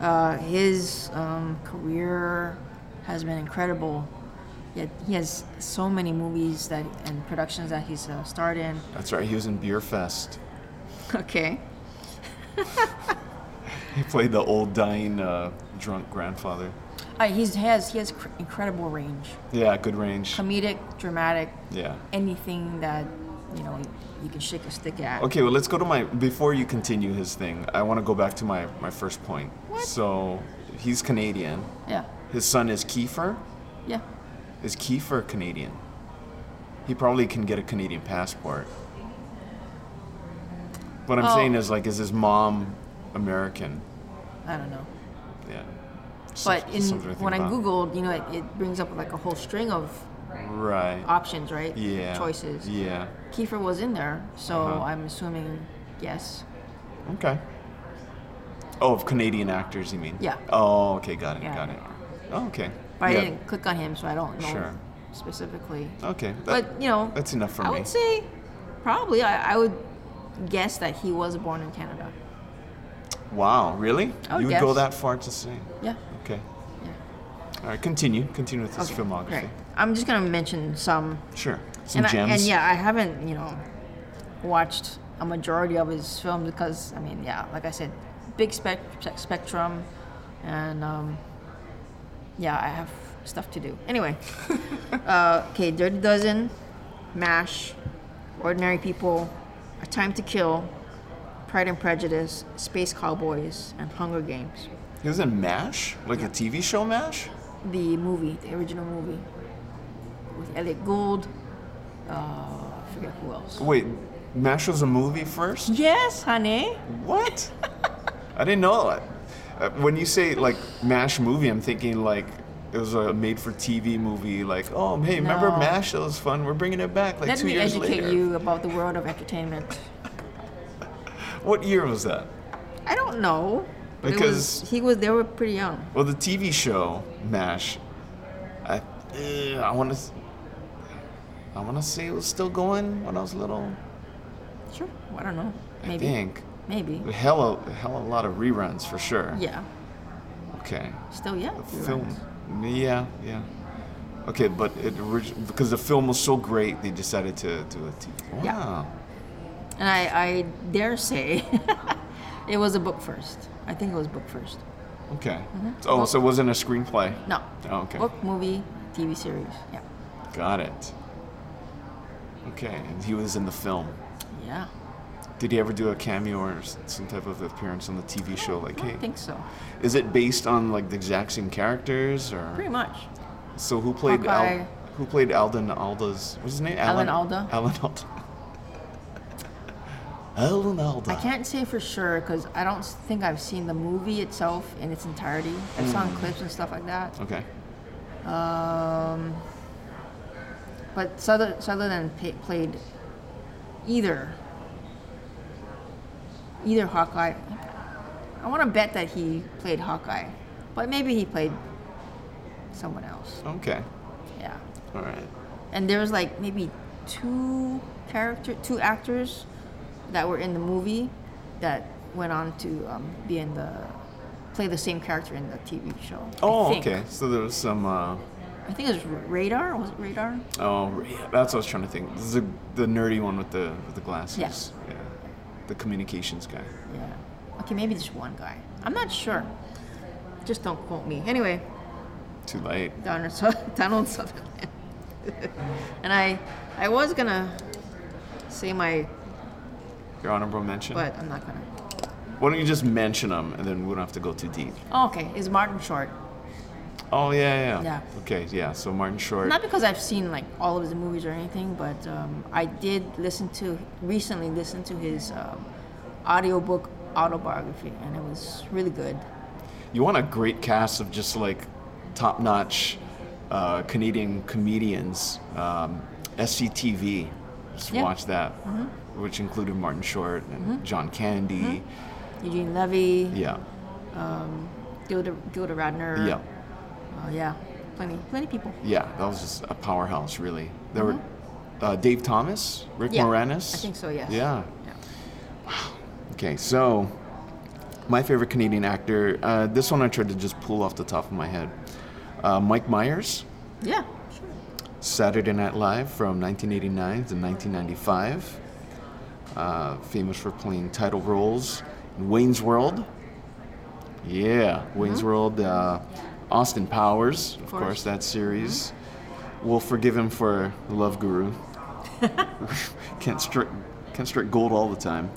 Uh, his um, career has been incredible. Yet he has so many movies that and productions that he's uh, starred in.
That's right. He was in Beer Fest.
Okay.
He played the old dying uh, drunk grandfather.
Uh, he's, he has he has cr- incredible range,
Yeah, good range.
comedic, dramatic,
Yeah.
anything that you know you can shake a stick at.
Okay, well, let's go to my. Before you continue his thing, I want to go back to my, my first point.
What?
So, he's Canadian.
Yeah.
His son is Kiefer.
Yeah.
Is Kiefer Canadian? He probably can get a Canadian passport. What I'm
Oh.
saying is, like, is his mom American?
I don't know.
Yeah. So-
But in,
something to think
when I
about.
googled, you know, it, it brings up like a whole string of
right?
options, right?
yeah.
Choices.
Yeah.
Kiefer was in there, so
Uh-huh.
I'm assuming yes.
Okay. Oh, of Canadian actors, you mean?
Yeah.
Oh, okay, got it,
Yeah.
got it. Oh, okay.
But
Yeah.
I didn't click on him, so I don't know
Sure.
specifically.
Okay. that-
but you know,
that's enough for
I
me.
would say probably I, I would guess that he was born in Canada.
wow, really?
I would
you would go
guess.
that far to say?
Yeah.
Okay.
Oh, Yeah.
All right, continue. Continue with this
Okay,
filmography.
great. I'm just gonna mention some
Sure. Some
and, I,
gems.
and yeah, I haven't, you know, watched a majority of his films because, I mean, yeah, like I said, big spec- spec- spectrum, and um, yeah, I have stuff to do. Anyway, uh, okay, Dirty Dozen, MASH, Ordinary People, A Time to Kill, Pride and Prejudice, Space Cowboys, and Hunger Games.
He was in MASH? Like the TV show MASH?
The movie, the original movie, with Elliot Gould. Uh, I forget who else.
Wait, MASH was a movie first?
Yes, honey.
What? I didn't know that. Uh, when you say like MASH movie, I'm thinking like it was a made for TV movie, like, oh, hey, remember
No.
MASH? That was fun. We're bringing it back like
Let
two
me
years
educate
later.
you about the world of entertainment.
What year was that?
I don't know. It
Because-
was, he was, they were pretty young.
Well, the TV show MASH, I, eh, I want to, I want to say it was still going when I was little.
Sure. I don't know.
I
Maybe.
think
Maybe.
hell, a hell of a lot of reruns for sure.
Yeah.
Okay.
Still, yeah. you're
Film.
right.
Yeah, yeah. Okay, but it origi- because the film was so great, they decided to do a TV. Wow.
Yeah. And I, I dare say it was a book first. I think it was book first.
Okay.
Mm-hmm.
Oh, so it wasn't a screenplay.
No.
Oh, okay.
Book, movie, TV series. Yeah.
Got it. Okay, and he was in the film.
Yeah.
Did he ever do a cameo or s- some type of appearance on the TV show? Like,
I
hey,
don't think so.
is it based on like the exact same characters or?
Pretty much.
So who played
Hawkeye.
Al- who played Alden Alda's what's his name?
Alan Alda.
Alan Alda. Alan Alda.
I can't say for sure because I don't think I've seen the movie itself in its entirety. I've seen
Mm.
clips and stuff like that.
Okay.
Um, but Suther- Sutherland pa- played either either Hawkeye. I want to bet that he played Hawkeye, but maybe he played someone else.
Okay.
Yeah,
All right.
and there was like maybe two character, two actors that were in the movie that went on to um, be in the play the same character in the TV show. I
Oh,
think.
okay. So there was some. Uh,
I think it was Ra- Radar. Was it Radar?
oh, yeah, that's what I was trying to think. This is the, the nerdy one with the with the glasses.
Yes.
Yeah. The communications guy.
Yeah. Okay, maybe just one guy. I'm not sure. Just don't quote me. Anyway,
Too late.
Donald, Su- Donald Sutherland. and I, I was gonna say my,
Your honorable mention.
but I'm not gonna.
Why don't you just mention them and then we don't have to go too deep?
Oh, okay, is Martin Short.
Oh yeah, yeah.
Yeah.
Okay. Yeah. So Martin Short.
Not because I've seen like all of his movies or anything, but um, I did listen to recently listen to his um, audiobook autobiography, and it was really good.
You want a great cast of just like top notch uh, Canadian comedians. Um, SCTV, just
Yeah. Mm-hmm.
watch that, which included Martin Short and John Candy.
Eugene Levy,
Yeah,
Gilda, Gilda Radner.
yeah,
Uh, yeah. Plenty, plenty people.
yeah. That was just a powerhouse, really. There were uh, Dave Thomas, Rick
Mm-hmm. Yeah,
Moranis.
I think so, yes.
Yeah.
Yeah.
Okay, so my favorite Canadian actor. Uh, this one I tried to just pull off the top of my head. Uh, Mike Myers.
Yeah, sure.
Saturday Night Live from 1989 to 1995. Uh, famous for playing title roles in Wayne's World. Yeah, Wayne's World. Uh, Austin Powers, of, course.
course.
that series. We'll forgive him for Love Guru. can't strip, can't strip gold all the time.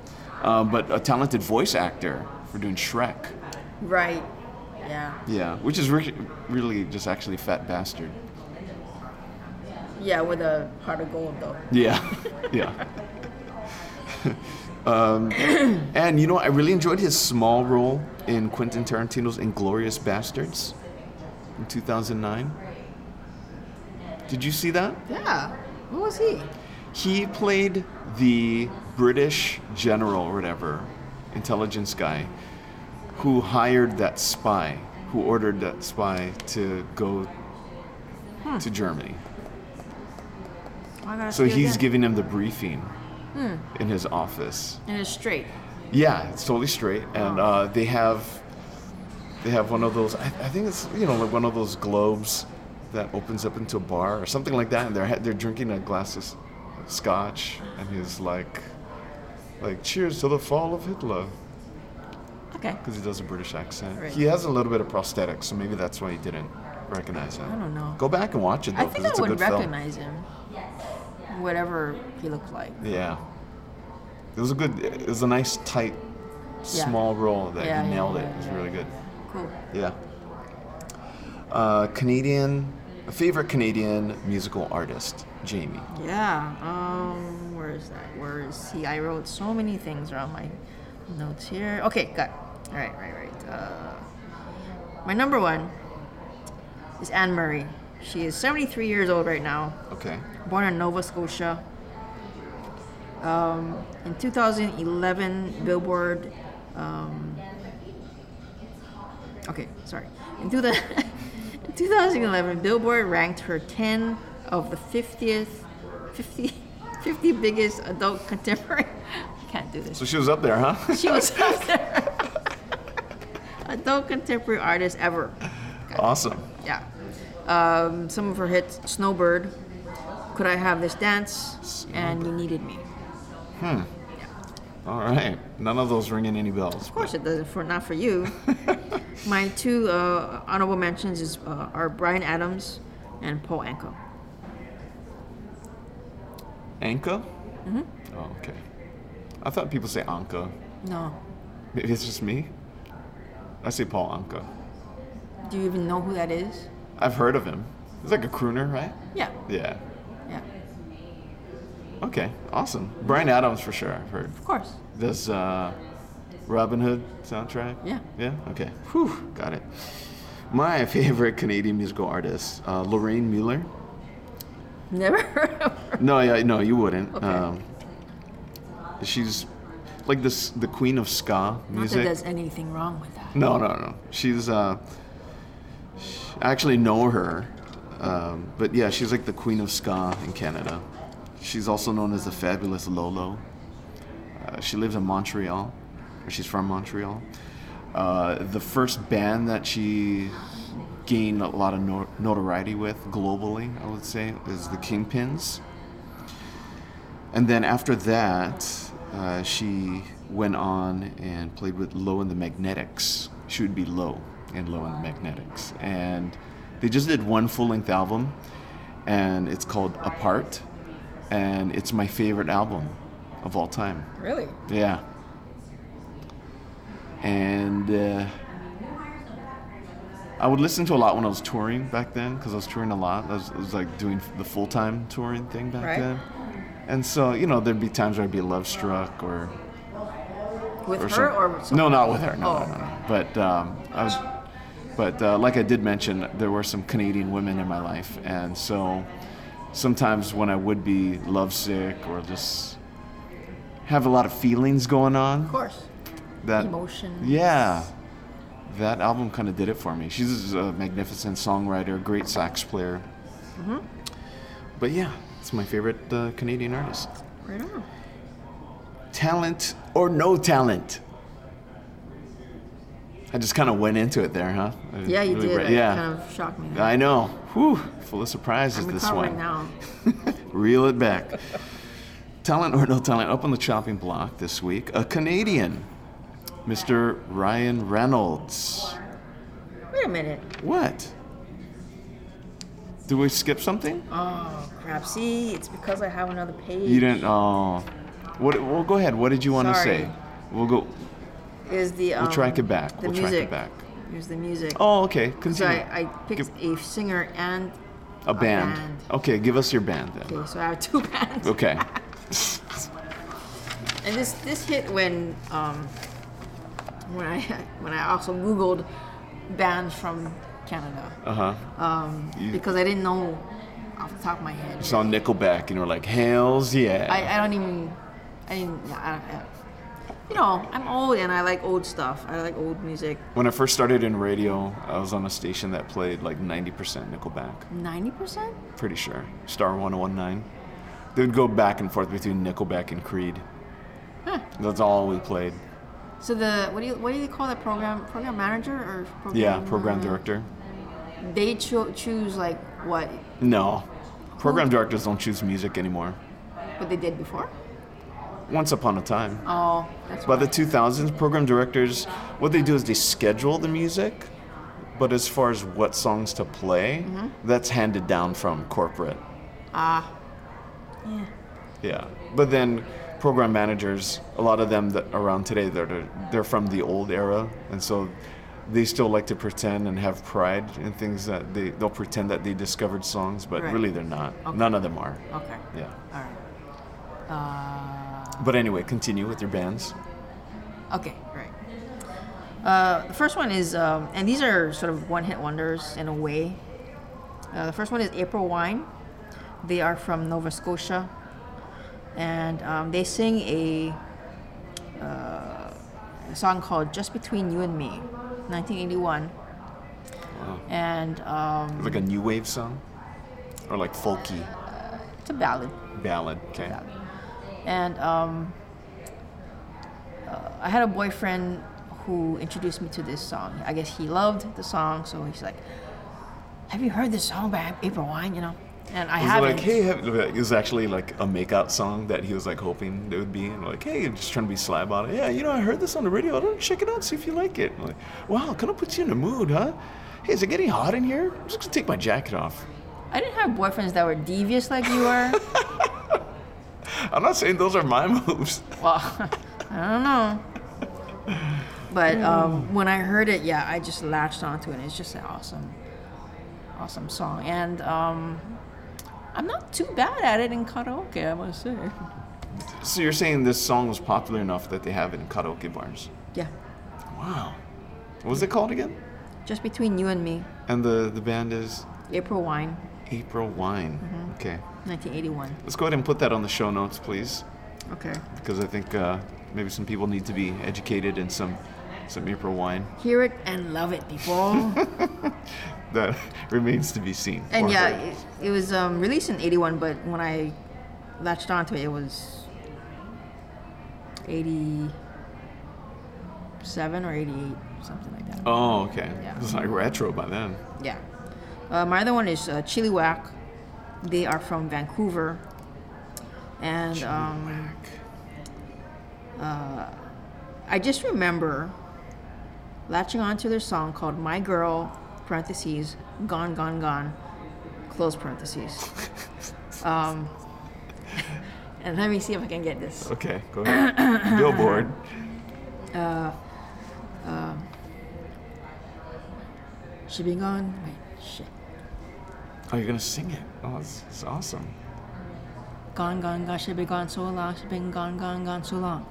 Um, but a talented voice actor for doing Shrek.
Right. Yeah.
Yeah, which is re- really just actually Fat Bastard.
Yeah, with a heart of gold though.
Yeah, yeah. um, and you know, I really enjoyed his small role in Quentin Tarantino's *Inglorious Bastards* in 2009. Did you see that?
Yeah. Who was he?
He played the British general or whatever, intelligence guy, who hired that spy, who ordered that spy to go to Germany. So he's giving him the briefing in his office.
And it's straight.
Yeah, it's totally straight, and uh, they have they have one of those. I, I think it's you know like one of those globes that opens up into a bar or something like that, and they're ha- they're drinking a glass of s- scotch, and he's like like cheers to the fall of Hitler
Okay.
because he does a British accent.
Right.
He has a little bit of prosthetics, so maybe that's why he didn't recognize him. I
don't know.
Go back and watch it
I
though, because
think I
it's a
would
good film.
recognize him. Whatever he looked like.
Yeah. It was a good. It was a nice tight,
Yeah.
small roll that
Yeah,
he
yeah,
nailed it.
yeah,
It was
yeah,
really good.
Cool.
Yeah. Uh, Canadian, a favorite Canadian musical artist, Jamie.
Yeah. Um, where is that? Where is he? I wrote so many things around my notes here. Okay, got. All right, right, right. Uh, my number one is Anne Murray. She is 73 years old right now.
Okay.
born in Nova Scotia. Um, in 2011, Billboard. Um, okay, sorry. In, two in 2011, Billboard ranked her 10 of the 50th, 50, 50 biggest adult contemporary. I can't do this.
So she was up there, huh?
She was up there. adult contemporary artist ever.
awesome.
Yeah. Um, some of her hits Snowbird, Could I Have This Dance, and You Needed Me.
All right. None of those ringing any bells.
Of course, it doesn't for not for you. My two uh, honorable mentions is uh, are Brian Adams and Paul Anka.
Anka? Mm-hmm. Oh, okay. I thought people say Anka.
No,
Maybe it's just me. I say Paul Anka.
do you even know who that is?
I've heard of him. He's like a crooner, right?
Yeah,
Yeah.
yeah,
Okay. Awesome. Brian Adams for sure. I've heard.
of course.
Does uh, Robin Hood soundtrack?
Yeah.
Yeah. Okay. Whew. Got it. My favorite Canadian musical artist, uh, Lorraine Mueller.
Never heard of her.
No, yeah, no, you wouldn't.
Okay.
Um, she's like this, the queen of ska
Not
music.
that there's anything wrong with that.
No, no, no. She's uh, sh I actually know her, um, but yeah, she's like the queen of ska in Canada. She's also known as the fabulous Lolo. Uh, she lives in Montreal, or she's from Montreal. Uh, the first band that she gained a lot of no- notoriety with globally, I would say, is the Kingpins. And then after that, uh, she went on and played with Low and the Magnetics. She would be Low and Low and the Magnetics. And they just did one full length album, and it's called Apart. And it's my favorite album of all time.
Really?
Yeah. And uh, I would listen to a lot when I was touring back then because I was touring a lot. I was, I was like doing the full time touring thing back
Right.
then. And so, you know, there'd be times where I'd be love struck or.
With
or
her
some-
or some-
No, not with her. No,
Oh.
no, no, no. But um, I was. But uh, like I did mention, there were some Canadian women in my life, and so sometimes when I would be lovesick or just have a lot of feelings going on,
Of course.
that
Emotions.
Yeah, that album kind of did it for me. She's a magnificent songwriter, great sax player.
Mm-hmm.
But yeah, it's my favorite uh, Canadian artist.
Right on.
Talent or no talent. I just kind of went into it there, huh? I
Yeah, you
really
did.
bra-
That
yeah,
Kind of shocked me.
I know. Whew, full of surprises.
I'm
this
recovering
one.
now.
Reel it back. talent or no talent, up on the chopping block this week. A Canadian, Mr. Ryan Reynolds.
Wait a minute.
What? Did we skip something?
Oh crap! See, it's because I have another page.
You didn't. Oh, what? Well, go ahead. What did you want to
Sorry.
say? We'll go.
is the um,
We'll track it back.
The
we'll
music.
track it back.
Here's the music.
Oh, okay.
so
Continue.
I, I picked a singer and
a, band.
band.
Okay, give us your band then.
okay, so I have two bands.
Okay.
And this this hit when um, when I when I also Googled bands from Canada
Uh huh. You-
because I didn't know off the top of my head.
Saw Nickelback and you were like, "Hell's yeah!"
I, I don't even I didn't yeah, I don't, I, you know I'm old and I like old stuff. I like old music.
when I first started in radio, I was on a station that played like 90% Nickelback.
Ninety percent.
Pretty sure. Star 1019. They would go back and forth between Nickelback and Creed. That's all we played.
So the what do you what do you call that program program manager or program,
Yeah,
Mm.
program director.
They cho- choose like what
No. Program directors don't choose music anymore.
what they did before.
Once upon a time.
Oh, that's
By
why.
the 2000s, program directors, what they do is they schedule the music, but as far as what songs to play,
Mm-hmm.
that's handed down from corporate.
Ah, yeah.
Yeah. But then program managers, a lot of them that around today, they're, they're from the old era. And so they still like to pretend and have pride in things that they, they'll pretend that they discovered songs, but
Right.
really they're not.
Okay.
None of them are.
Okay.
Yeah.
All right.
But anyway, continue with your bands.
Uh, okay. Right. Uh, the first one is, um, and these are sort of one-hit wonders in a way. Uh, the first one is April Wine. They are from Nova Scotia, and um, they sing a, uh, a song called "Just Between You and Me," 1981,
Wow.
and um,
Like a new wave song? Or like folky
it's a ballad.
ballad? Okay.
And um, uh, I had a boyfriend who introduced me to this song. I guess he loved the song, so he's like, "Have you heard this song by April Wine?" You know, and I
Was it
haven't.
like, hey, have, it was actually like a makeout song that he was like hoping it would be. And like, hey, I'm just trying to be sly about it. Yeah, you know, I heard this on the radio. I don't check it out, see if you like it. I'm like, wow, kind of puts you in the mood, huh? Hey, is it getting hot in here? I'm just gonna take my jacket off.
I didn't have boyfriends that were devious like you are.
I'm not saying those are my moves.
well, I don't know. But
Hmm.
um, when I heard it, yeah, I just latched onto it. It's just an awesome, awesome song. And um, I'm not too bad at it in karaoke, I must say.
So you're saying this song was popular enough that they have it in karaoke bars?
Yeah,
Wow. What was it called again?
just between you and me.
And the the band is
April Wine,
April Wine.
Mm-hmm.
Okay.
1981.
Let's go ahead and put that on the show notes, please.
Okay.
because I think uh, maybe some people need to be educated in some some April wine.
Hear it and love it, people.
That remains to be seen.
and
Or
yeah,
heard.
it, it was um, released in 81, but when I latched onto it, it was 87 or 88, something like that.
Oh, okay.
Yeah.
It's like retro by then.
Yeah. Uh, my other one is uh, Chili Whack. They are from Vancouver. And um, uh, I just remember latching onto their song called My Girl, parentheses, Gone, Gone, Gone, close parentheses. um, and let me see if I can get this.
Okay, go ahead. Billboard.
She be gone. Wait, shit.
Oh, you're gonna sing it. Oh, it's, it's awesome.
Gone, gone, gone. She be gone so long. She been gone, gone, gone so long.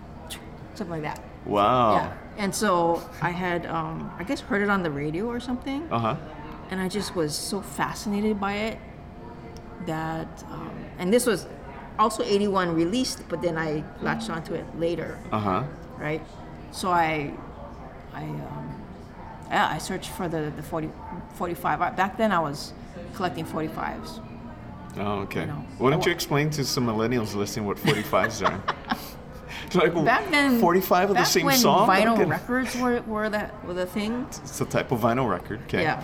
Something like that.
Wow.
Yeah. And so I had, um, I guess, heard it on the radio or something,
Uh huh.
and I just was so fascinated by it that, um, and this was also 81 released, but then I latched onto it later,
Uh huh.
right? So I, I, um, yeah, I searched for the, the 40, 45. I- Back then I was collecting 45s.
Oh, okay.
know.
Why don't you explain to some millennials listening what 45s are? It's like
Back then,
45 of the
back
same
when
song. I don't
vinyl
get it.
records were, were that were the thing.
It's a type of vinyl record. Okay.
Yeah.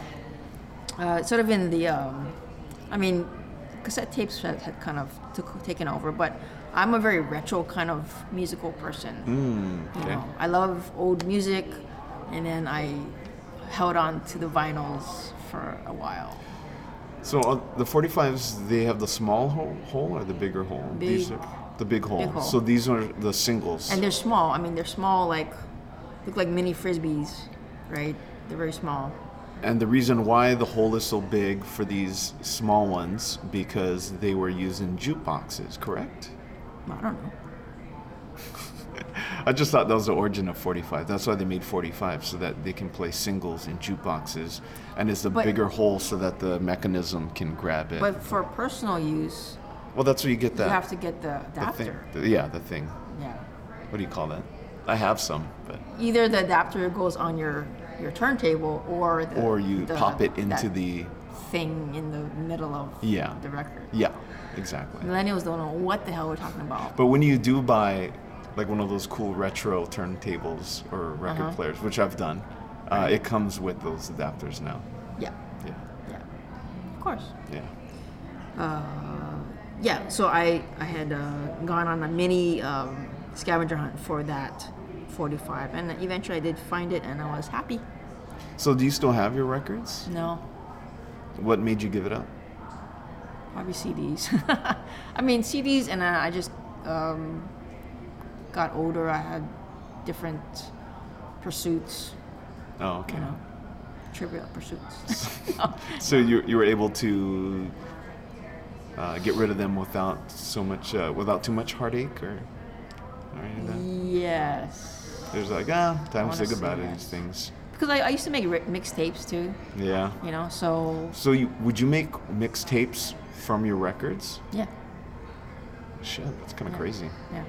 Uh, sort of in the, um, I mean, cassette tapes had, had kind of took, taken over, but I'm a very retro kind of musical person. you
Mm, okay.
know. I love old music, and then I held on to the vinyls for a while.
So uh, the 45s, they have the small hole, hole or the bigger hole? These
Big.
are the big hole.
hole.
So these are the singles.
And they're small. I mean, they're small, like, look like mini frisbees, right? They're very small.
And the reason why the hole is so big for these small ones because they were used in jukeboxes, correct?
I don't know.
I just thought that was the origin of 45. That's why they made 45 so that they can play singles in jukeboxes, and it's the
But-
bigger hole so that the mechanism can grab it.
But for personal use,
well, that's where you get that.
you have to get the
the thing.
adapter.
the- yeah, the thing.
Yeah.
What do you call that? I have some, but
either the adapter goes on your your turntable or the,
or you
the-
pop it into
that
the
thing in the middle of
Yeah.
the record.
Yeah, exactly.
Millennials don't know what the hell we're talking about.
But when you do buy like one of those cool retro turntables or record players, which I've done, uh, it comes with those adapters now.
Yeah,
Yeah,
yeah, of course.
yeah.
Yeah, so I I had uh, gone on a mini um, scavenger hunt for that 45, and eventually I did find it, and I was happy.
So do you still have your records?
No,
What made you give it up?
probably CDs. I mean CDs, and uh, I just um, got older, I had different pursuits,
Oh, okay.
you know, trivial pursuits.
So you, you were able to uh, get rid of them without so much, uh, without too much heartache or, or any of
Mm.
that?
yes.
It was like, ah, time to say
Honestly,
goodbye to
yes.
these things.
Because I, I used to make ri- mixtapes too,
Yeah.
you know, so
So you, would you make mixtapes from your records?
yeah,
Shit, that's kind of crazy.
yeah.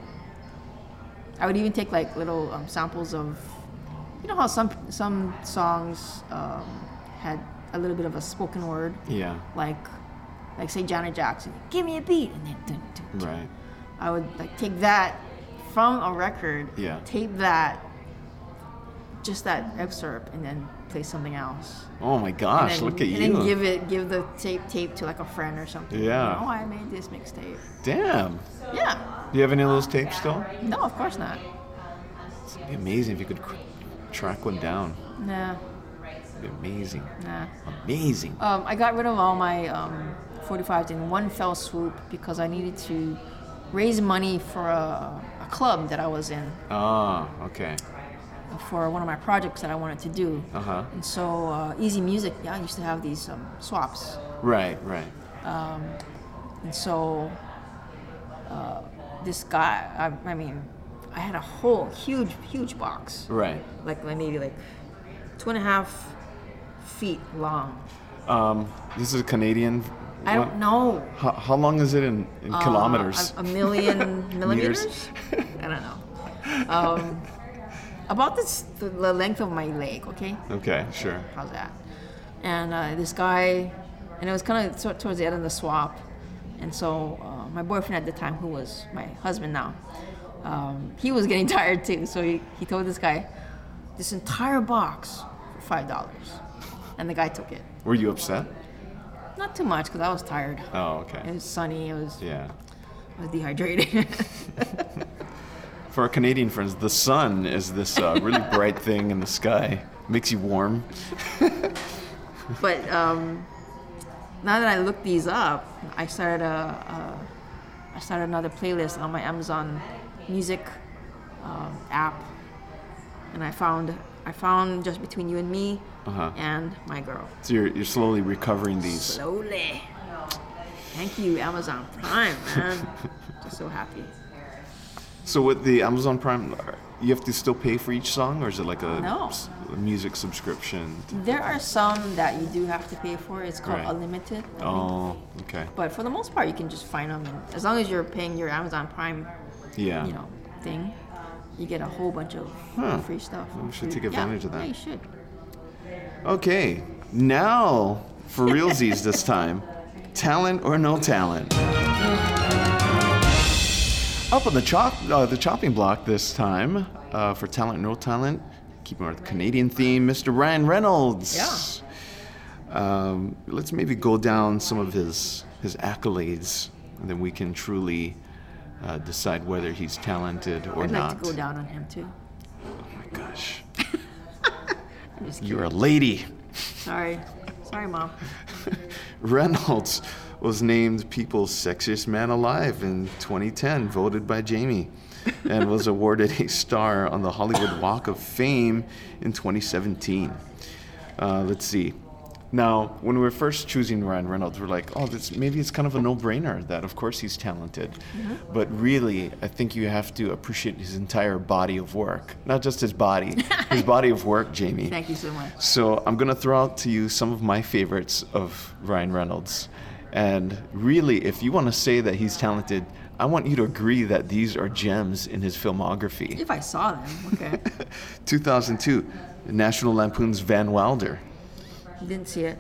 I would even take like little um, samples of, you know how some some songs um, had a little bit of a spoken word,
Yeah.
like like say Janet Jackson, give me a beat, and then dun, dun, dun.
Right.
I would like take that from a record,
Yeah.
tape that, just that excerpt, and then play something else.
Oh my
And
gosh,
then,
look at
and
you.
then give it, give the tape, tape to like a friend or something.
Yeah.
Oh, I made this mixtape.
Damn.
Yeah.
Do you have any of those tapes still?
No, of course not.
It'd be amazing if you could cr- track one down.
Nah,
It'd be amazing.
nah.
Amazing.
Um, I got rid of all my um, 45s in one fell swoop because I needed to raise money for a, a club that I was in
Ah, okay.
for one of my projects that I wanted to do.
Uh huh.
And so uh, Easy Music, yeah, used to have these um, swaps.
Right, right.
And so uh, this guy, I, I mean, I had a whole huge, huge box,
Right.
like maybe like two and a half feet long.
Um, this is a Canadian.
I don't
one?
know.
How, how long is it in, in
uh,
kilometers?
a, a million millimeters? I don't know. Um, about this, the, the length of my leg, okay?
Okay, sure.
How's that? And uh, this guy, and it was kind of sort towards the end of the swap. And so uh, my boyfriend at the time, who was my husband now, um, he was getting tired too. So he, he told this guy, this entire box for $5. And the guy took it.
Were you upset?
Not too much because I was tired.
Oh,
It
okay.
was sunny, it was,
Yeah.
I was dehydrated.
For our Canadian friends, the sun is this uh, really bright thing in the sky. Makes you warm.
but um, now that I looked these up, I started a, a I started another playlist on my Amazon Music um, app, and I found I found just between you and me
Uh-huh.
and my girl.
So you're, you're slowly recovering these.
Slowly. Thank you, Amazon Prime, man. just so happy.
So with the Amazon Prime, you have to still pay for each song, or is it like a
No.
s- a music subscription?
There are some that you do have to pay for. It's called
Right.
unlimited. I think.
Oh, okay.
But for the most part, you can just find them, and as long as you're paying your Amazon Prime
Yeah.
you know thing, you get a whole bunch of
Huh.
free stuff.
We should
Free-
take advantage
yeah.
of that.
Yeah, you should.
Okay, now for realsies this time. Talent or no talent? Up on the chop, uh, the chopping block this time uh, for talent, no talent. Keeping with the Canadian theme, Mr. Ryan Reynolds. Yeah. Um, let's maybe go down some of his his accolades, and then we can truly uh, decide whether he's talented or
I'd
not.
like to go down on him too.
Oh my gosh,
I'm just kidding.
you're a lady.
Sorry, sorry, mom.
Reynolds was named People's Sexiest Man Alive in 2010, voted by Jamie, and was awarded a star on the Hollywood Walk of Fame in 2017. Uh, let's see. Now, when we were first choosing Ryan Reynolds, we're like, oh, this, maybe it's kind of a no brainer that, of course, he's talented. But really, I think you have to appreciate his entire body of work. Not just his body, his body of work, Jamie.
Thank you so much.
So I'm gonna throw out to you some of my favorites of Ryan Reynolds. And really, if you want to say that he's talented, I want you to agree that these are gems in his filmography.
If I saw them, okay.
2002, National Lampoon's Van Wilder.
Didn't see it.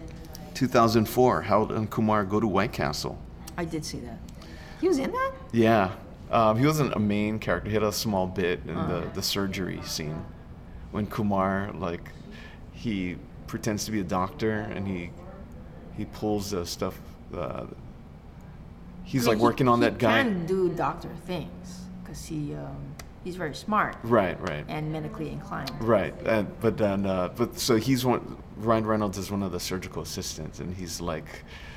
2004, Harold and Kumar Go to White Castle.
I did see that. He was in that.
Yeah, um, he wasn't a main character. He had a small bit in
Oh.
the, the surgery scene when Kumar like he pretends to be a doctor and he he pulls the stuff. Uh, he's
I mean,
like
he-
working on
he
that guy.
Can do doctor things because he um, he's very smart
Right, right,
and medically inclined.
right. And, but then, uh, but so he's one. Ryan Reynolds is one of the surgical assistants, and he's like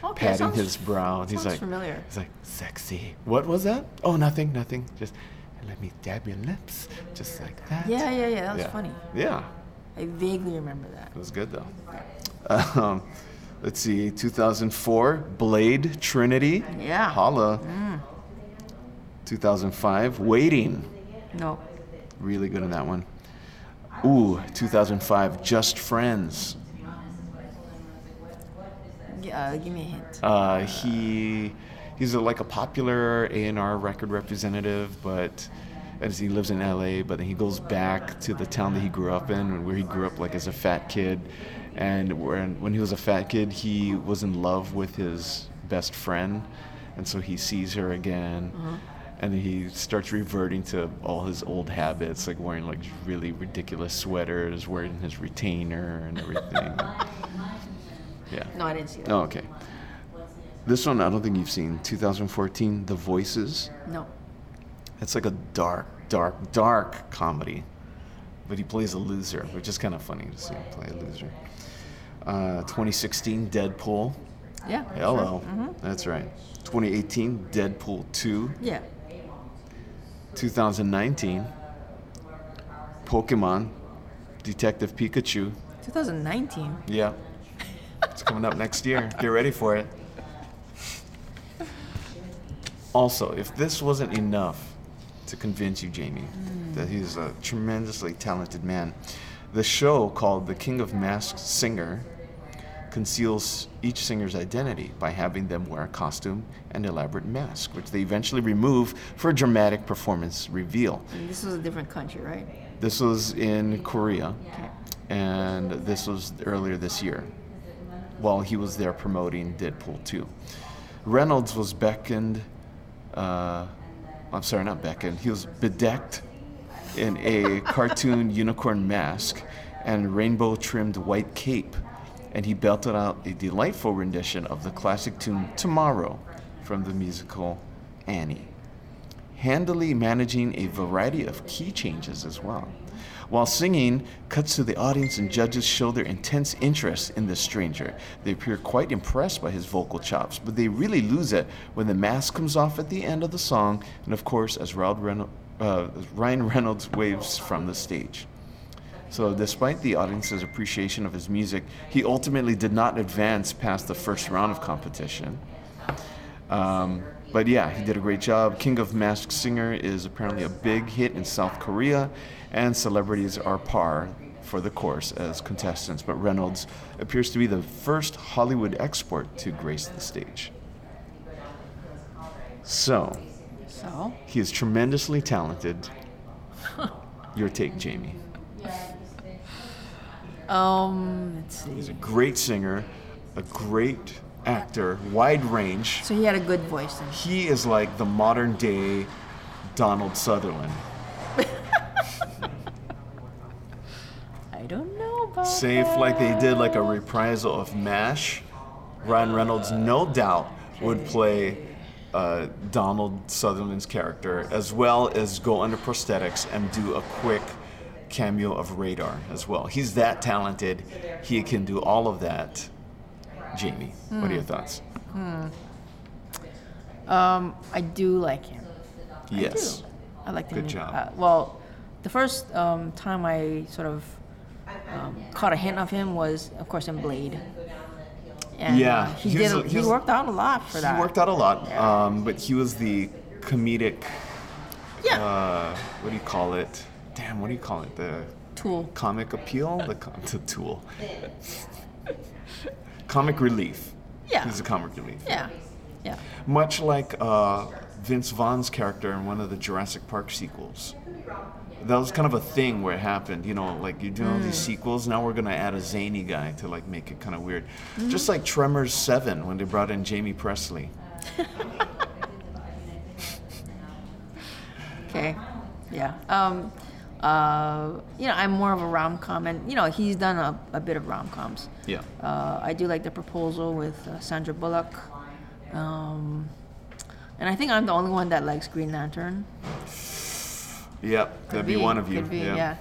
Okay,
patting
sounds-
his brow. And he's
sounds
like,
familiar.
He's like, sexy. What was that? Oh, nothing, nothing. Just and let me dab your lips just like that.
Yeah, yeah, yeah. That was funny.
Yeah,
I vaguely remember that.
it was good though. Um, let's see, 2004, Blade Trinity.
Yeah. Mm.
Holla. 2005, Waiting.
No.
Really good in that one. Ooh, 2005, Just Friends.
G- Uh, give me a hint.
Uh, he he's a, like a popular A&R record representative, but as he lives in LA, but he goes back to the town that he grew up in, where he grew up like as a fat kid. And when, when he was a fat kid, he was in love with his best friend, and so he sees her again. And he starts reverting to all his old habits, like wearing like really ridiculous sweaters, wearing his retainer and everything. yeah.
No, I didn't see that.
Oh, okay. This one I don't think you've seen. 2014, The Voices.
No.
It's like a dark, dark, dark comedy. But he plays a loser, which is kind of funny to see him play a loser. Uh, 2016, Deadpool.
Yeah.
Hello. That's right. 2018, Deadpool 2.
Yeah.
2019, Pokemon, Detective Pikachu.
2019.
Yeah. It's coming up next year. Get ready for it. Also, if this wasn't enough to convince you, Jamie, that he's a tremendously talented man, the show called The King of Masked Singer conceals each singer's identity by having them wear a costume and elaborate mask, which they eventually remove for a dramatic performance reveal.
And this was a different country, right?
This was in Korea
Okay.
and this was earlier this year while he was there promoting Deadpool 2. Reynolds was beckoned, uh, I'm sorry, not beckoned, he was bedecked in a cartoon unicorn mask and rainbow trimmed white cape, and he belted out a delightful rendition of the classic tune Tomorrow from the musical Annie handily managing a variety of key changes as well. While singing, cuts to the audience and judges show their intense interest in this stranger. They appear quite impressed by his vocal chops, but they really lose it when the mask comes off at the end of the song, and of course, as Raul Reyno- uh, as Ryan Reynolds waves from the stage. So, despite the audience's appreciation of his music, he ultimately did not advance past the first round of competition. Um, but yeah, he did a great job. King of Masked Singer is apparently a big hit in South Korea, and celebrities are par for the course as contestants. But Reynolds appears to be the first Hollywood export to grace the stage. So,
So,
he is tremendously talented. Your take, Jamie.
um, let's see.
He's a great singer, a great actor, wide range.
So he had a good voice. Then.
He is like the modern day Donald Sutherland.
I don't know about
Safe like they did like a reprisal of MASH. Ryan Reynolds, no doubt, would play uh, Donald Sutherland's character as well as go under prosthetics and do a quick cameo of Radar as well. He's that talented. He can do all of that. Jamie, what are
Hmm.
your thoughts?
Um, I do like him.
Yes.
I like the
Good
mu-
job.
Uh, well, the first um, time I sort of um, caught a hint of him was, of course, in Blade. And,
Yeah,
uh, he
he was
did.
a-
A,
he
he
was-
worked out a lot for that.
He worked out a lot, um, but he was the comedic,
Yeah.
uh, what do you call it? Damn, what do you call it? The
Tool.
comic appeal, the, com- the tool. comic relief.
Yeah.
He's a comic relief.
Yeah. Yeah.
Much like uh, Vince Vaughn's character in one of the Jurassic Park sequels. That was kind of a thing where it happened, you know, like you're doing all these
Mm.
sequels, now we're gonna add a zany guy to like make it kind of weird.
Mm-hmm.
Just like Tremors 7 when they brought in Jamie Presley.
Okay. Yeah. Um, uh, you know, I'm more of a rom com, and you know, he's done a, a bit of rom coms.
Yeah.
Uh, I do like the proposal with uh, Sandra Bullock. Um, and I think I'm the only one that likes Green Lantern.
Yep, that'd be,
Could
one of you.
could be, yeah.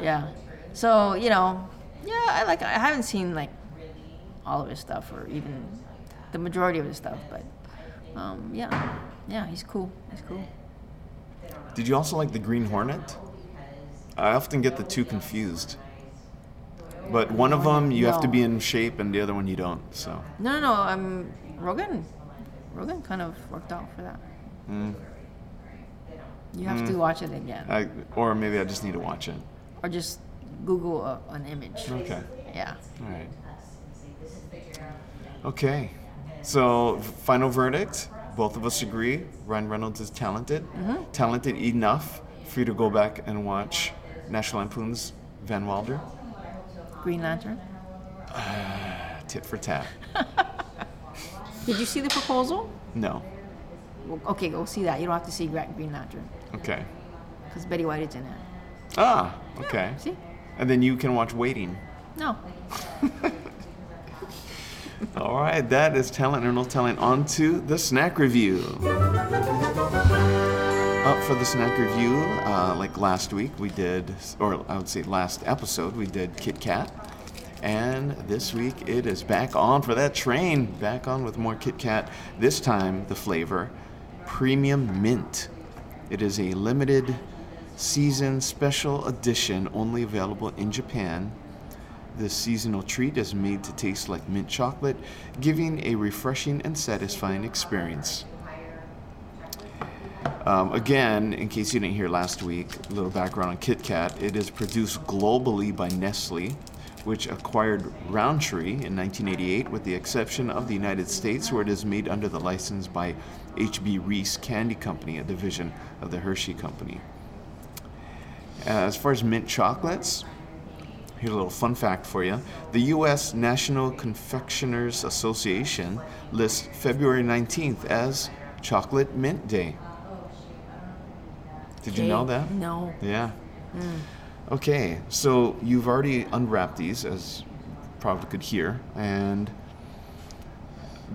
Yeah. So, you know, yeah, I like I haven't seen like all of his stuff or even the majority of his stuff, but um, yeah. Yeah, he's cool. He's cool.
Did you also like the Green Hornet? I often get the two confused. But one of them you have to
No.
be in shape, and the other one you don't. So
No, no, no. Um, Rogan, Rogan kind of worked out for that.
Mm.
You have to watch it again,
I, or maybe I just need to watch it.
or just Google a, an image.
Okay.
Yeah.
All right. Okay. So, final verdict. Both of us agree Ryan Reynolds is talented. Talented enough for you to go back and watch National Lampoon's Van Wilder.
Green Lantern.
Tit for tat.
Did you see the proposal?
No.
Well, okay, go see that. You don't have to see Gra- Green Lantern
Okay.
because Betty White is in it.
Ah, okay.
See?
And then you can watch Waiting.
No.
All right, that is talent or no talent. On to the snack review. Up for the snack review, uh, like last week we did, or I would say last episode we did Kit Kat, and this week it is back on for that train. Back on with more Kit Kat. This time the flavor, premium mint. It is a limited season special edition, only available in Japan. This seasonal treat is made to taste like mint chocolate, giving a refreshing and satisfying experience. Um, again, in case you didn't hear last week, a little background on Kit Kat. It is produced globally by Nestle, which acquired Roundtree in 1988, with the exception of the United States, where it is made under the license by H.B. Reese Candy Company, a division of the Hershey Company. Uh, As far as mint chocolates, Here's a little fun fact for you. The U.S. National Confectioners Association lists February 19th as Chocolate Mint Day. Did you know
Okay,
that?
No. Hmm.
Yeah. Okay, so you've already unwrapped these, as you probably could hear, and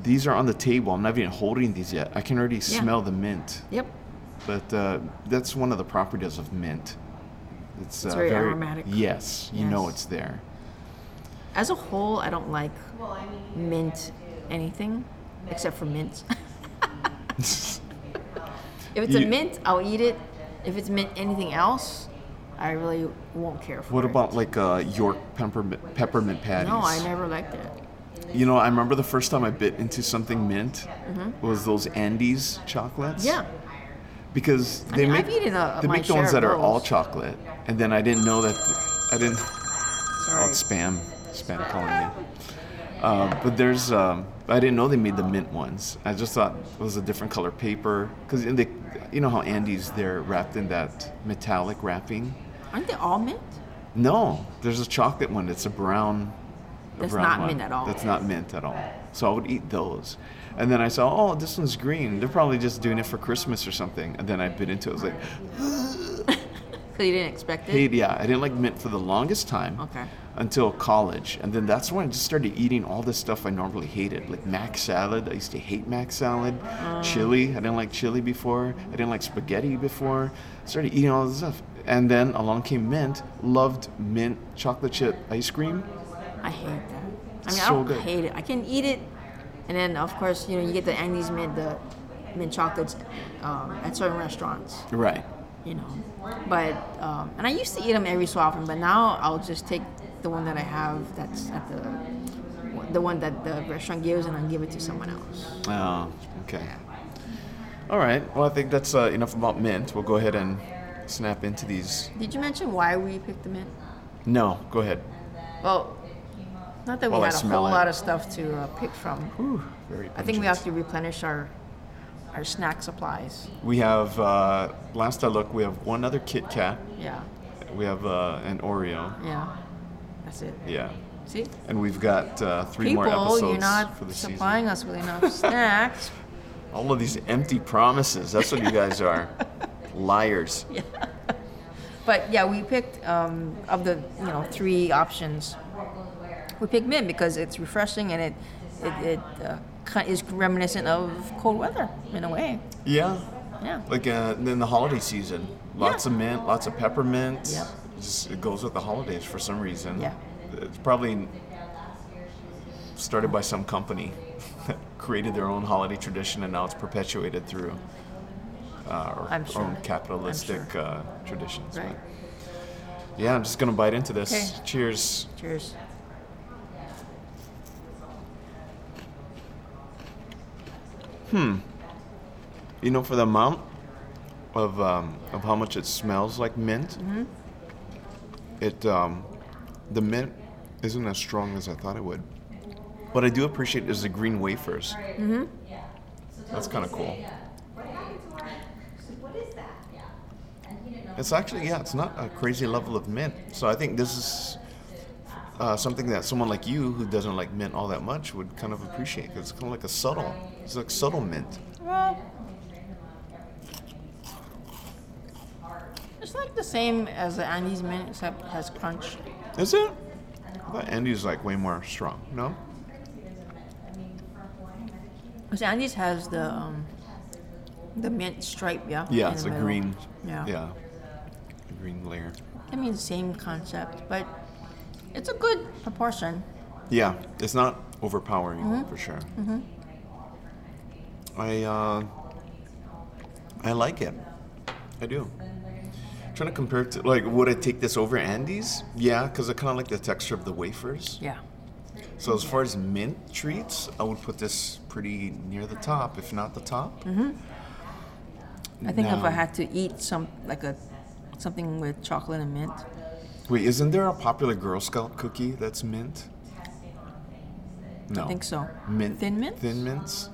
these are on the table. I'm not even holding these yet. I can already smell the mint,
Yep.
but uh, that's one of the properties of mint. It's, uh,
very aromatic.
Yes, you know
Yes.
it's there.
As a whole, I don't like mint anything except for mint. if it's
You-
a mint, I'll eat it. If it's mint anything else, I really won't care for
What
it.
about like uh, York peppermint, peppermint patties?
No, I never liked it.
You know, I remember the first time I bit into something mint was those Andes chocolates.
Mm-hmm. Yeah.
Because they
mean,
make
I've eaten a-
they
my
make the
share
ones
of
that are all
those.
chocolate, and then I didn't know that I didn't. Oh,
Sorry.
it's spam, spam calling me. Uh, but there's um, I didn't know they made the mint ones. I just thought it was a different color paper because they, you know how Andes they're wrapped in that metallic wrapping.
Aren't they all mint?
No, there's a chocolate one. It's a brown. a
That's
brown
not
one.
mint at all.
That's not mint at all. So I would eat those, and then I saw, oh, this one's green. They're probably just doing it for Christmas or something. And then I bit into it. I was like,
Because you didn't expect it?
hey, yeah, I didn't like mint for the longest time.
Okay.
Until college, and then that's when I just started eating all this stuff I normally hated, like mac salad. I used to hate mac salad,
Ah.
chili. I didn't like chili before. I didn't like spaghetti before. started eating all this stuff, and then along came mint. Loved mint chocolate chip ice cream.
I hate that. I mean,
It's
I
so
don't
good.
hate it. I can eat it, and then of course, you know, you get the Andes mint, the mint chocolates um, at certain restaurants,
Right.
you know. But um, and I used to eat them every so often, but now I'll just take the one that I have that's at the the one that the restaurant gives, and I give it to someone else.
Oh, okay. All right. Well, I think that's uh, enough about mint. We'll go ahead and snap into these.
Did you mention why we picked the mint?
No, go ahead.
Well, not that we
Well, I
had a
smell
whole
it.
lot of stuff to uh, pick from.
Very
I think
pungent.
we have to replenish our our snack supplies.
We have. Uh, last I looked, we have one other Kit Kat.
Yeah,
We have uh, an Oreo.
yeah, that's it.
Yeah.
See,
And we've got uh, three
people,
more episodes
you're not
for the
supplying us with enough snacks.
season. All of these empty promises. That's what you guys are. Liars.
But yeah, we picked um, of the you know three options. We picked mint because it's refreshing and it it, it uh, ki- is reminiscent of cold weather in a way.
Yeah.
Yeah.
Like uh, in the holiday season, lots
Yeah.
of mint, lots of peppermint.
Yep.
It Just it goes with the holidays for some reason.
Yeah.
It's probably started by some company that created their own holiday tradition and now it's perpetuated through. uh, our
I'm sure.
own capitalistic uh, traditions.
Right.
But yeah, I'm just gonna bite into this.
Okay.
Cheers.
Cheers.
You know, for the amount of um, of how much it smells like mint, it um, the mint isn't as strong as I thought it would. What I do appreciate is the green wafers. Mm-hmm. That's kind of cool. It's actually yeah, it's not a crazy level of mint. So I think this is. Uh, something that someone like you, who doesn't like mint all that much, would kind of appreciate. 'cause It's kind of like a subtle, it's like subtle mint.
Well, it's like the same as the Andes mint, except it has crunch.
Is it? I thought Andy's like way more strong. No,
Because Andes has the um, the mint stripe, yeah.
yeah,
in
it's
the
a
middle.
green.
Yeah.
yeah, a green layer.
I mean, same concept, but it's a good proportion.
Yeah, it's not overpowering
Mm-hmm.
for sure. I uh, I like it. I do. Trying to compare it to like, would I take this over Andy's? Yeah, because I kind of like the texture of the wafers.
Yeah.
So as far as mint treats, I would put this pretty near the top, if not the top.
Mm-hmm. I think if
No.
I had to eat some like a something with chocolate and mint,
Wait, isn't there a popular Girl Scout cookie that's mint? No.
I think so.
Mint.
Thin Mints?
Thin mints.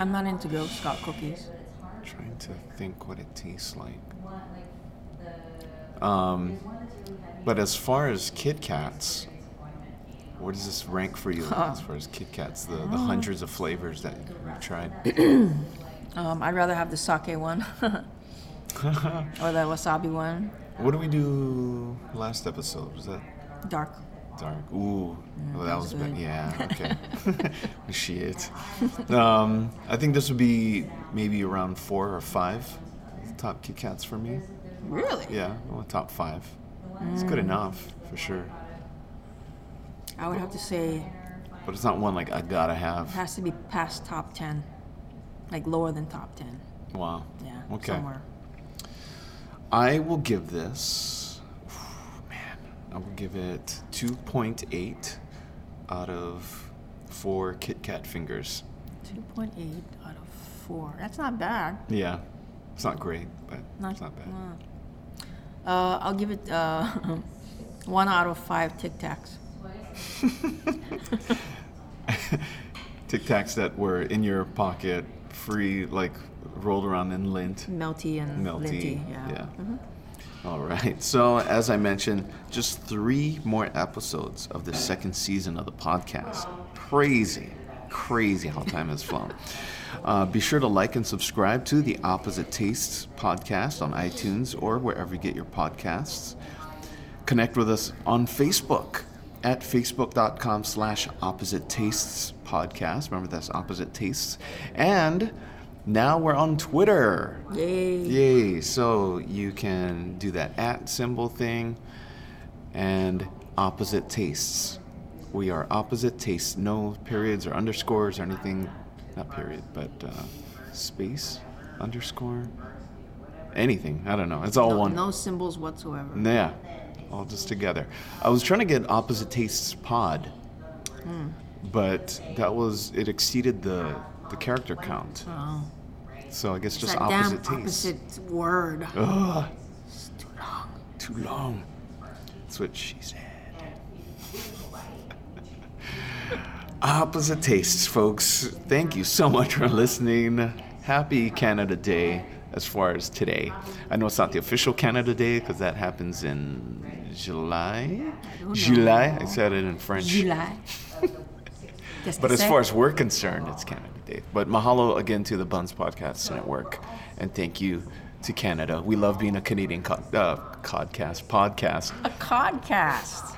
I'm not into Girl Scout cookies.
trying to think what it tastes like. Um, but as far as Kit Kats, where does this rank for you as far as Kit Kats? The,
Oh.
the hundreds of flavors that we've tried.
Um, I'd rather have the sake one or the wasabi one.
what did we do last episode? Was that
Dark.
Dark. Ooh, well, that was
good.
bad. Yeah. Okay. Shit. Um, I think this would be maybe around four or five top Kit Kats for me.
Really?
Yeah, well, top five. It's good
Mm.
enough for sure,
I would have to say
but it's not one like I gotta have.
it has to be past top 10, like lower than top 10.
Wow.
Yeah.
Okay.
Somewhere.
I will give this. Man, I will give it two point eight out of four Kit Kat fingers.
2.8 out of 4. That's not bad.
Yeah, it's not great, but
Not-
it's not bad.
Uh, I'll give it uh, 1 out of 5 Tic Tacs.
Tic Tacs that were in your pocket, free, like rolled around in lint.
Melty and
melty.
linty. Yeah. Mm-hmm.
All right. So, as I mentioned, just three more episodes of the second season of the podcast. Crazy, crazy how time has flown. Uh, be sure to like and subscribe to the Opposite Tastes podcast on iTunes or wherever you get your podcasts. Connect with us on Facebook at facebook.com slash opposite tastes podcast. Remember, that's opposite tastes. And now we're on Twitter.
Yay.
Yay! So you can do that at symbol thing and opposite tastes. We are opposite tastes. No periods or underscores or anything. Not period, but uh, space, underscore, anything. I don't know. It's all
No,
one.
no symbols whatsoever.
Yeah, all just together. I was trying to get Opposite Tastes Pod,
Hmm.
but that was it exceeded the the character count.
Oh.
So I guess just
that
opposite
damn
tastes.
opposite word.
Ugh. It's too long. Too long. That's what she said. Opposite tastes, folks. Thank you so much for listening. Happy Canada Day as far as today. I know it's not the official Canada Day because that happens in July.
don't
July? I said it in French.
July. Qu'est-ce
But
que
as
c'est?
far as we're concerned, it's Canada Day. But mahalo again to the Buns Podcast Network, and thank you to Canada. We love being a Canadian co- uh, podcast podcast
a podcast.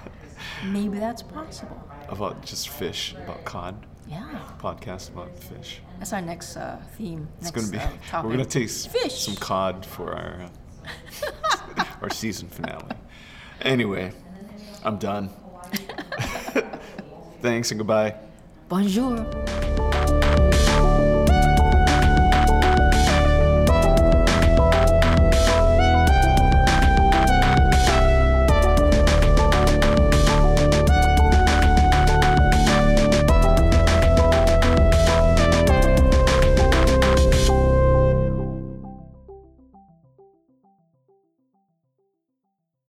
Maybe that's possible.
about just fish, about cod,
Yeah.
podcast about fish.
That's our next uh, theme.
It's
Next,
gonna be.
uh, topic.
We're gonna taste
Fish.
some cod for our uh, our season finale. Anyway, I'm done. Thanks and goodbye.
Bonjour.